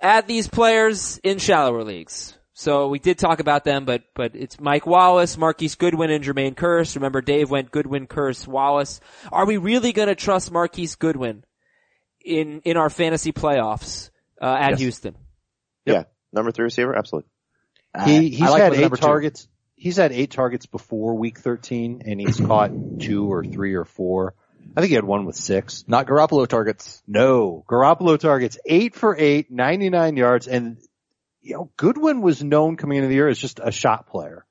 B: Add these players in shallower leagues. So we did talk about them, but but it's Mike Wallace, Marquise Goodwin, and Jermaine Curse. Remember, Dave went Goodwin, Curse, Wallace. Are we really going to trust Marquise Goodwin in in our fantasy playoffs uh, at
C: Yes.
B: Houston?
E: Yeah. Number three receiver? Absolutely.
D: He he's
C: Uh, I like him
D: had
C: as
D: eight
C: number two.
D: targets. He's had eight targets before week 13 and he's caught two or three or four. I think he had one with six.
C: Not Garoppolo targets.
D: No, Garoppolo targets eight for eight, 99 yards. And you know, Goodwin was known coming into the year as just a shot player.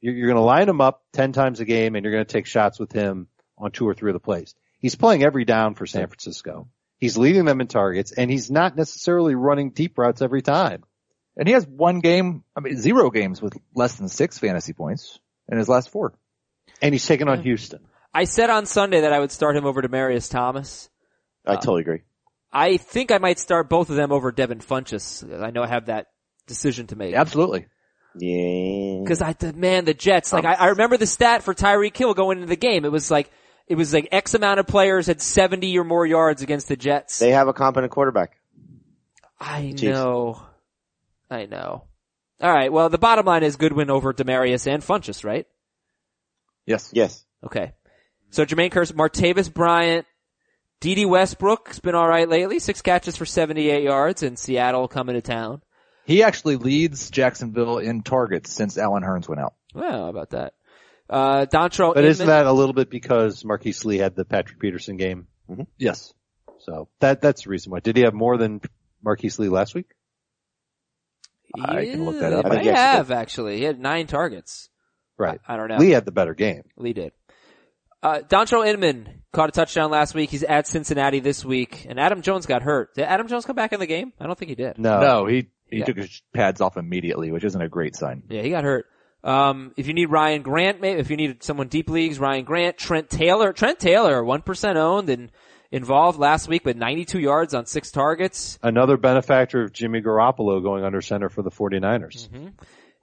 D: You're, you're going to line him up 10 times a game and you're going to take shots with him on two or three of the plays. He's playing every down for San Francisco. He's leading them in targets and he's not necessarily running deep routes every time.
C: And he has one game, I mean, zero games with less than six fantasy points in his last four.
D: And he's taking on Houston.
B: I said on Sunday that I would start him over to Marius Thomas. Uh.
E: I totally agree.
B: I think I might start both of them over Devin Funchess. I know I have that decision to make.
C: Absolutely.
E: Yeah.
B: Cause I, the- man, the Jets, like I, I remember the stat for Tyreek Hill going into the game. It was like, it was like X amount of players had 70 or more yards against the Jets.
E: They have a competent quarterback.
B: I
E: Chiefs.
B: know. I know. Alright, well the bottom line is Goodwin over Demarius and Funchess, right?
C: Yes.
E: Yes.
B: Okay. So Jermaine Curse, Martavis Bryant, D.D. Westbrook's been alright lately, six catches for 78 yards in Seattle coming to town.
C: He actually leads Jacksonville in targets since Alan Hearns went out.
B: Well, how about that. Uh, Dontrell
D: But isn't
B: Inman-
D: that a little bit because Marquise Lee had the Patrick Peterson game?
C: Yes.
D: So that that's the reason why. Did he have more than Marquise Lee last week?
C: I can look that
B: Yeah,
C: up.
B: He
E: I
B: might
E: think he actually
B: have actually. He had nine targets.
D: Right.
B: I don't know.
D: Lee had the better game.
B: Lee did. Uh, Dontrell Inman caught a touchdown last week. He's at Cincinnati this week, and Adam Jones got hurt. Did Adam Jones come back in the game? I don't think he did.
D: No.
C: no, he he
B: Yeah.
C: took his pads off immediately, which isn't a great sign.
B: Yeah, he got hurt. Um, if you need Ryan Grant, maybe if you need someone deep leagues, Ryan Grant, Trent Taylor, Trent Taylor, one percent owned and involved last week with 92 yards on six targets,
D: Another benefactor of Jimmy Garoppolo going under center for the 49ers.
B: and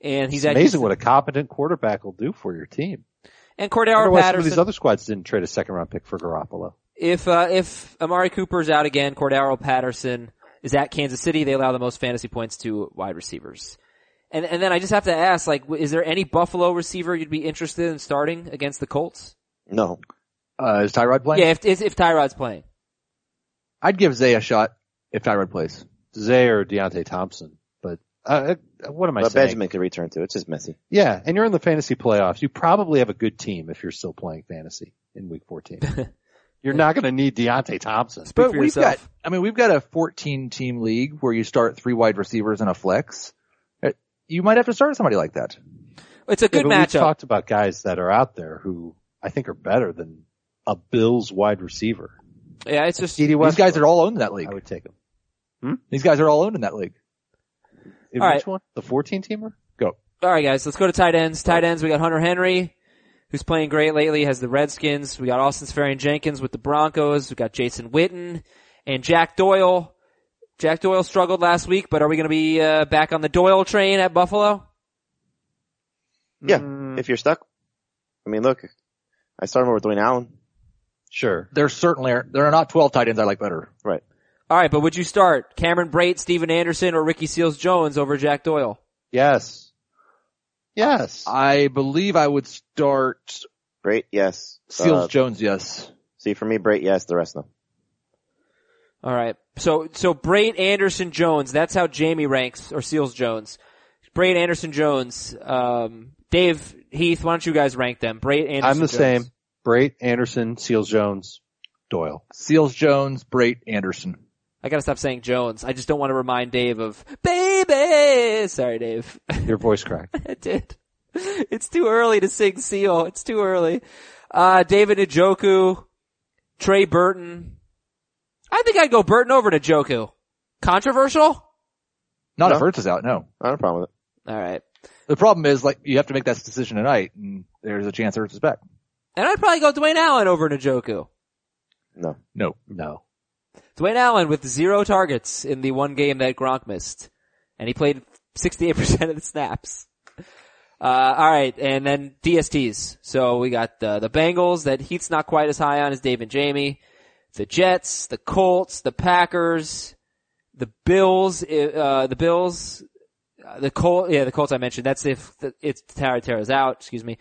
B: Mm-hmm. he's
D: It's
B: at
D: amazing what a competent quarterback will do for your team.
B: and
D: I wonder
B: Cordero
D: why some of these
B: Patterson.
D: other squads didn't trade a second round pick for Garoppolo.
B: If uh, if Amari Cooper's out again, Cordero Patterson is at Kansas City. They allow the most fantasy points to wide receivers. And and then I just have to ask, like, w- is there any Buffalo receiver you'd be interested in starting against the Colts?
E: No.
C: Uh, is Tyrod playing?
B: Yeah, if if, if Tyrod's playing.
C: I'd give Zay a shot if Tyrod plays.
D: Zay or Deontay Thompson. But uh, uh, what am I
E: But
D: saying?
E: Benjamin could return to. It's just messy.
D: Yeah, and you're in the fantasy playoffs. You probably have a good team if you're still playing fantasy in week 14. you're not going to need Deontay Thompson.
B: Speak
C: But
B: for
C: we've
B: yourself.
C: got, I mean, we've got a 14 team league where you start three wide receivers and a flex. Uh, You might have to start somebody like that.
B: It's a
D: Yeah,
B: good
D: but
B: matchup.
D: We've talked about guys that are out there who I think are better than a Bills wide receiver.
B: yeah, it's just
D: CD
C: These
D: West,
C: guys are all owned in that
D: I
C: league.
D: would take him.
C: These guys are all owned in that league.
D: In
B: All right.
D: which one? The 14 teamer?
B: All right, guys, let's go to tight ends. Tight ends, we got Hunter Henry, who's playing great lately, has the Redskins. We got Austin Safarian Jenkins with the Broncos. We got Jason Witten and Jack Doyle. Jack Doyle struggled last week, but are we going to be uh, back on the Doyle train at Buffalo?
E: Yeah. If you're stuck, I mean, look, I started over with Dwayne Allen.
D: Sure.
C: There certainly are, there are not 12 tight ends I like better.
E: Right.
B: All right, but would you start Cameron Brate, Steven Anderson, or Ricky Seals Jones over Jack Doyle?
D: Yes. Yes.
C: I believe I would start
E: Great. Yes.
C: Seals
E: Uh,
C: Jones, yes.
E: see, for me, Brate, yes. The rest, no.
B: All right, so so Brate, Anderson, Jones. That's how Jamie ranks or Seals Jones. Brate, Anderson, Jones. Um, Dave, Heath, why don't you guys rank them? Brate, Anderson.
D: I'm the
B: Jones.
D: same. Brait, Anderson, Seals Jones, Doyle.
C: Seals Jones, Brait, Anderson.
B: I gotta stop saying Jones. I just don't want to remind Dave of baby. Sorry, Dave.
D: Your voice cracked.
B: I did. It's too early to sing Seal. It's too early. Uh, David Njoku, Trey Burton. I think I'd go Burton over Njoku. Controversial?
C: Not
E: No.
C: if Ertz is out, no.
E: I don't have a problem with it.
B: Alright.
C: The problem is, like, you have to make that decision tonight, and there's a chance Ertz is back.
B: And I'd probably go Dwayne Allen over Njoku.
E: No.
C: No.
D: No.
B: Dwayne Allen with zero targets in the one game that Gronk missed. And he played 68% of the snaps. Uh, alright, and then DSTs. So we got the, the Bengals that Heat's not quite as high on as Dave and Jamie. The Jets, the Colts, the Packers, the Bills, uh, the Bills, uh, the Colts, yeah, the Colts I mentioned. That's if the, it's Tara Tara's out, excuse me.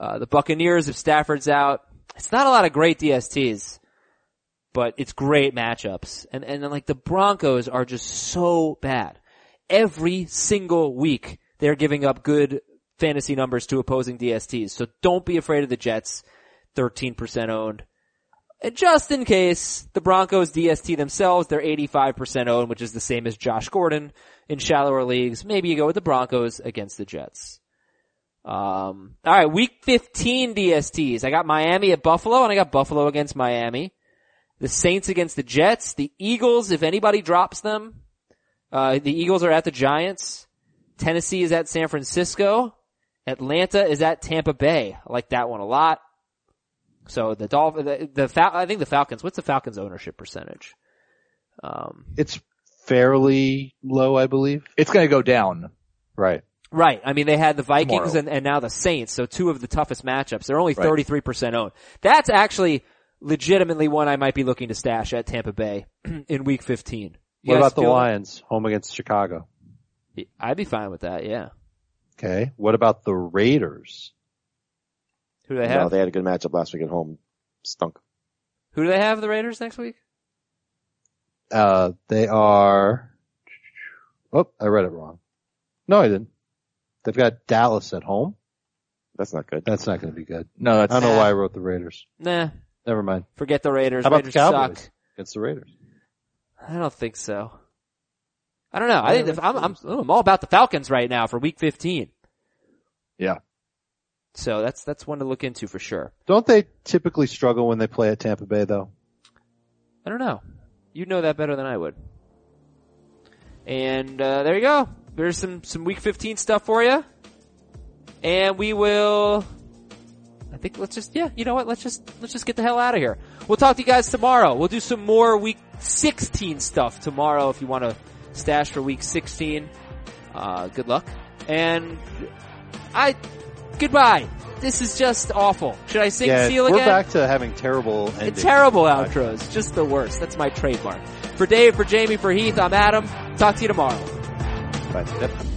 B: Uh, the Buccaneers if Stafford's out. It's not a lot of great DSTs but it's great matchups. And and then like the Broncos are just so bad. Every single week they're giving up good fantasy numbers to opposing DSTs. So don't be afraid of the Jets, 13% owned. And just in case, the Broncos DST themselves, they're 85% owned, which is the same as Josh Gordon in shallower leagues. Maybe you go with the Broncos against the Jets. Um, all right, week 15 DSTs. I got Miami at Buffalo and I got Buffalo against Miami the Saints against the Jets, the Eagles, if anybody drops them, uh, the Eagles are at the Giants, Tennessee is at San Francisco, Atlanta is at Tampa Bay. I like that one a lot. So the Dolphin, the, the Fal- I think the Falcons, what's the Falcons ownership percentage? Um,
D: It's fairly low, I believe.
C: It's gonna go down.
D: Right.
B: Right. I mean, they had the Vikings
C: Tomorrow.
B: and, and now the Saints, so two of the toughest matchups. They're only
D: Right.
B: 33% owned. That's actually legitimately one I might be looking to stash at Tampa Bay in week 15. You
D: What
B: guys
D: about the
B: feel-
D: Lions home against Chicago?
B: I'd be fine with that, yeah.
D: Okay. What about the Raiders?
B: Who do they
E: No,
B: have?
E: they had a good matchup last week at home. Stunk.
B: Who do they have the Raiders next week?
D: Uh, they are, oh, I read it wrong. No, I didn't. They've got Dallas at home.
E: That's not good.
D: That's not going to be good.
C: No,
D: I
C: that's
D: don't know why I wrote the Raiders.
B: Nah,
D: Never mind.
B: forget the Raiders.
D: How about
B: Raiders
D: the Cowboys?
B: suck.
D: It's the Raiders.
B: I don't think so. I don't know. I think the, I'm, I'm, I'm all about the Falcons right now for week 15.
C: Yeah.
B: So that's, that's one to look into for sure.
D: Don't they typically struggle when they play at Tampa Bay though?
B: I don't know. You know that better than I would. And, uh, there you go. There's some, some week 15 stuff for you. And we will, I think let's just, yeah, you know what? Let's just, let's just get the hell out of here. We'll talk to you guys tomorrow. We'll do some more week 16 stuff tomorrow if you want to stash for week 16. Uh, good luck. And I, goodbye. This is just awful. Should I sing
D: yeah,
B: seal
D: we're
B: again?
D: back to having terrible endings.
B: Terrible outros. Just the worst. That's my trademark. For Dave, for Jamie, for Heath, I'm Adam. Talk to you tomorrow.
D: But- yep.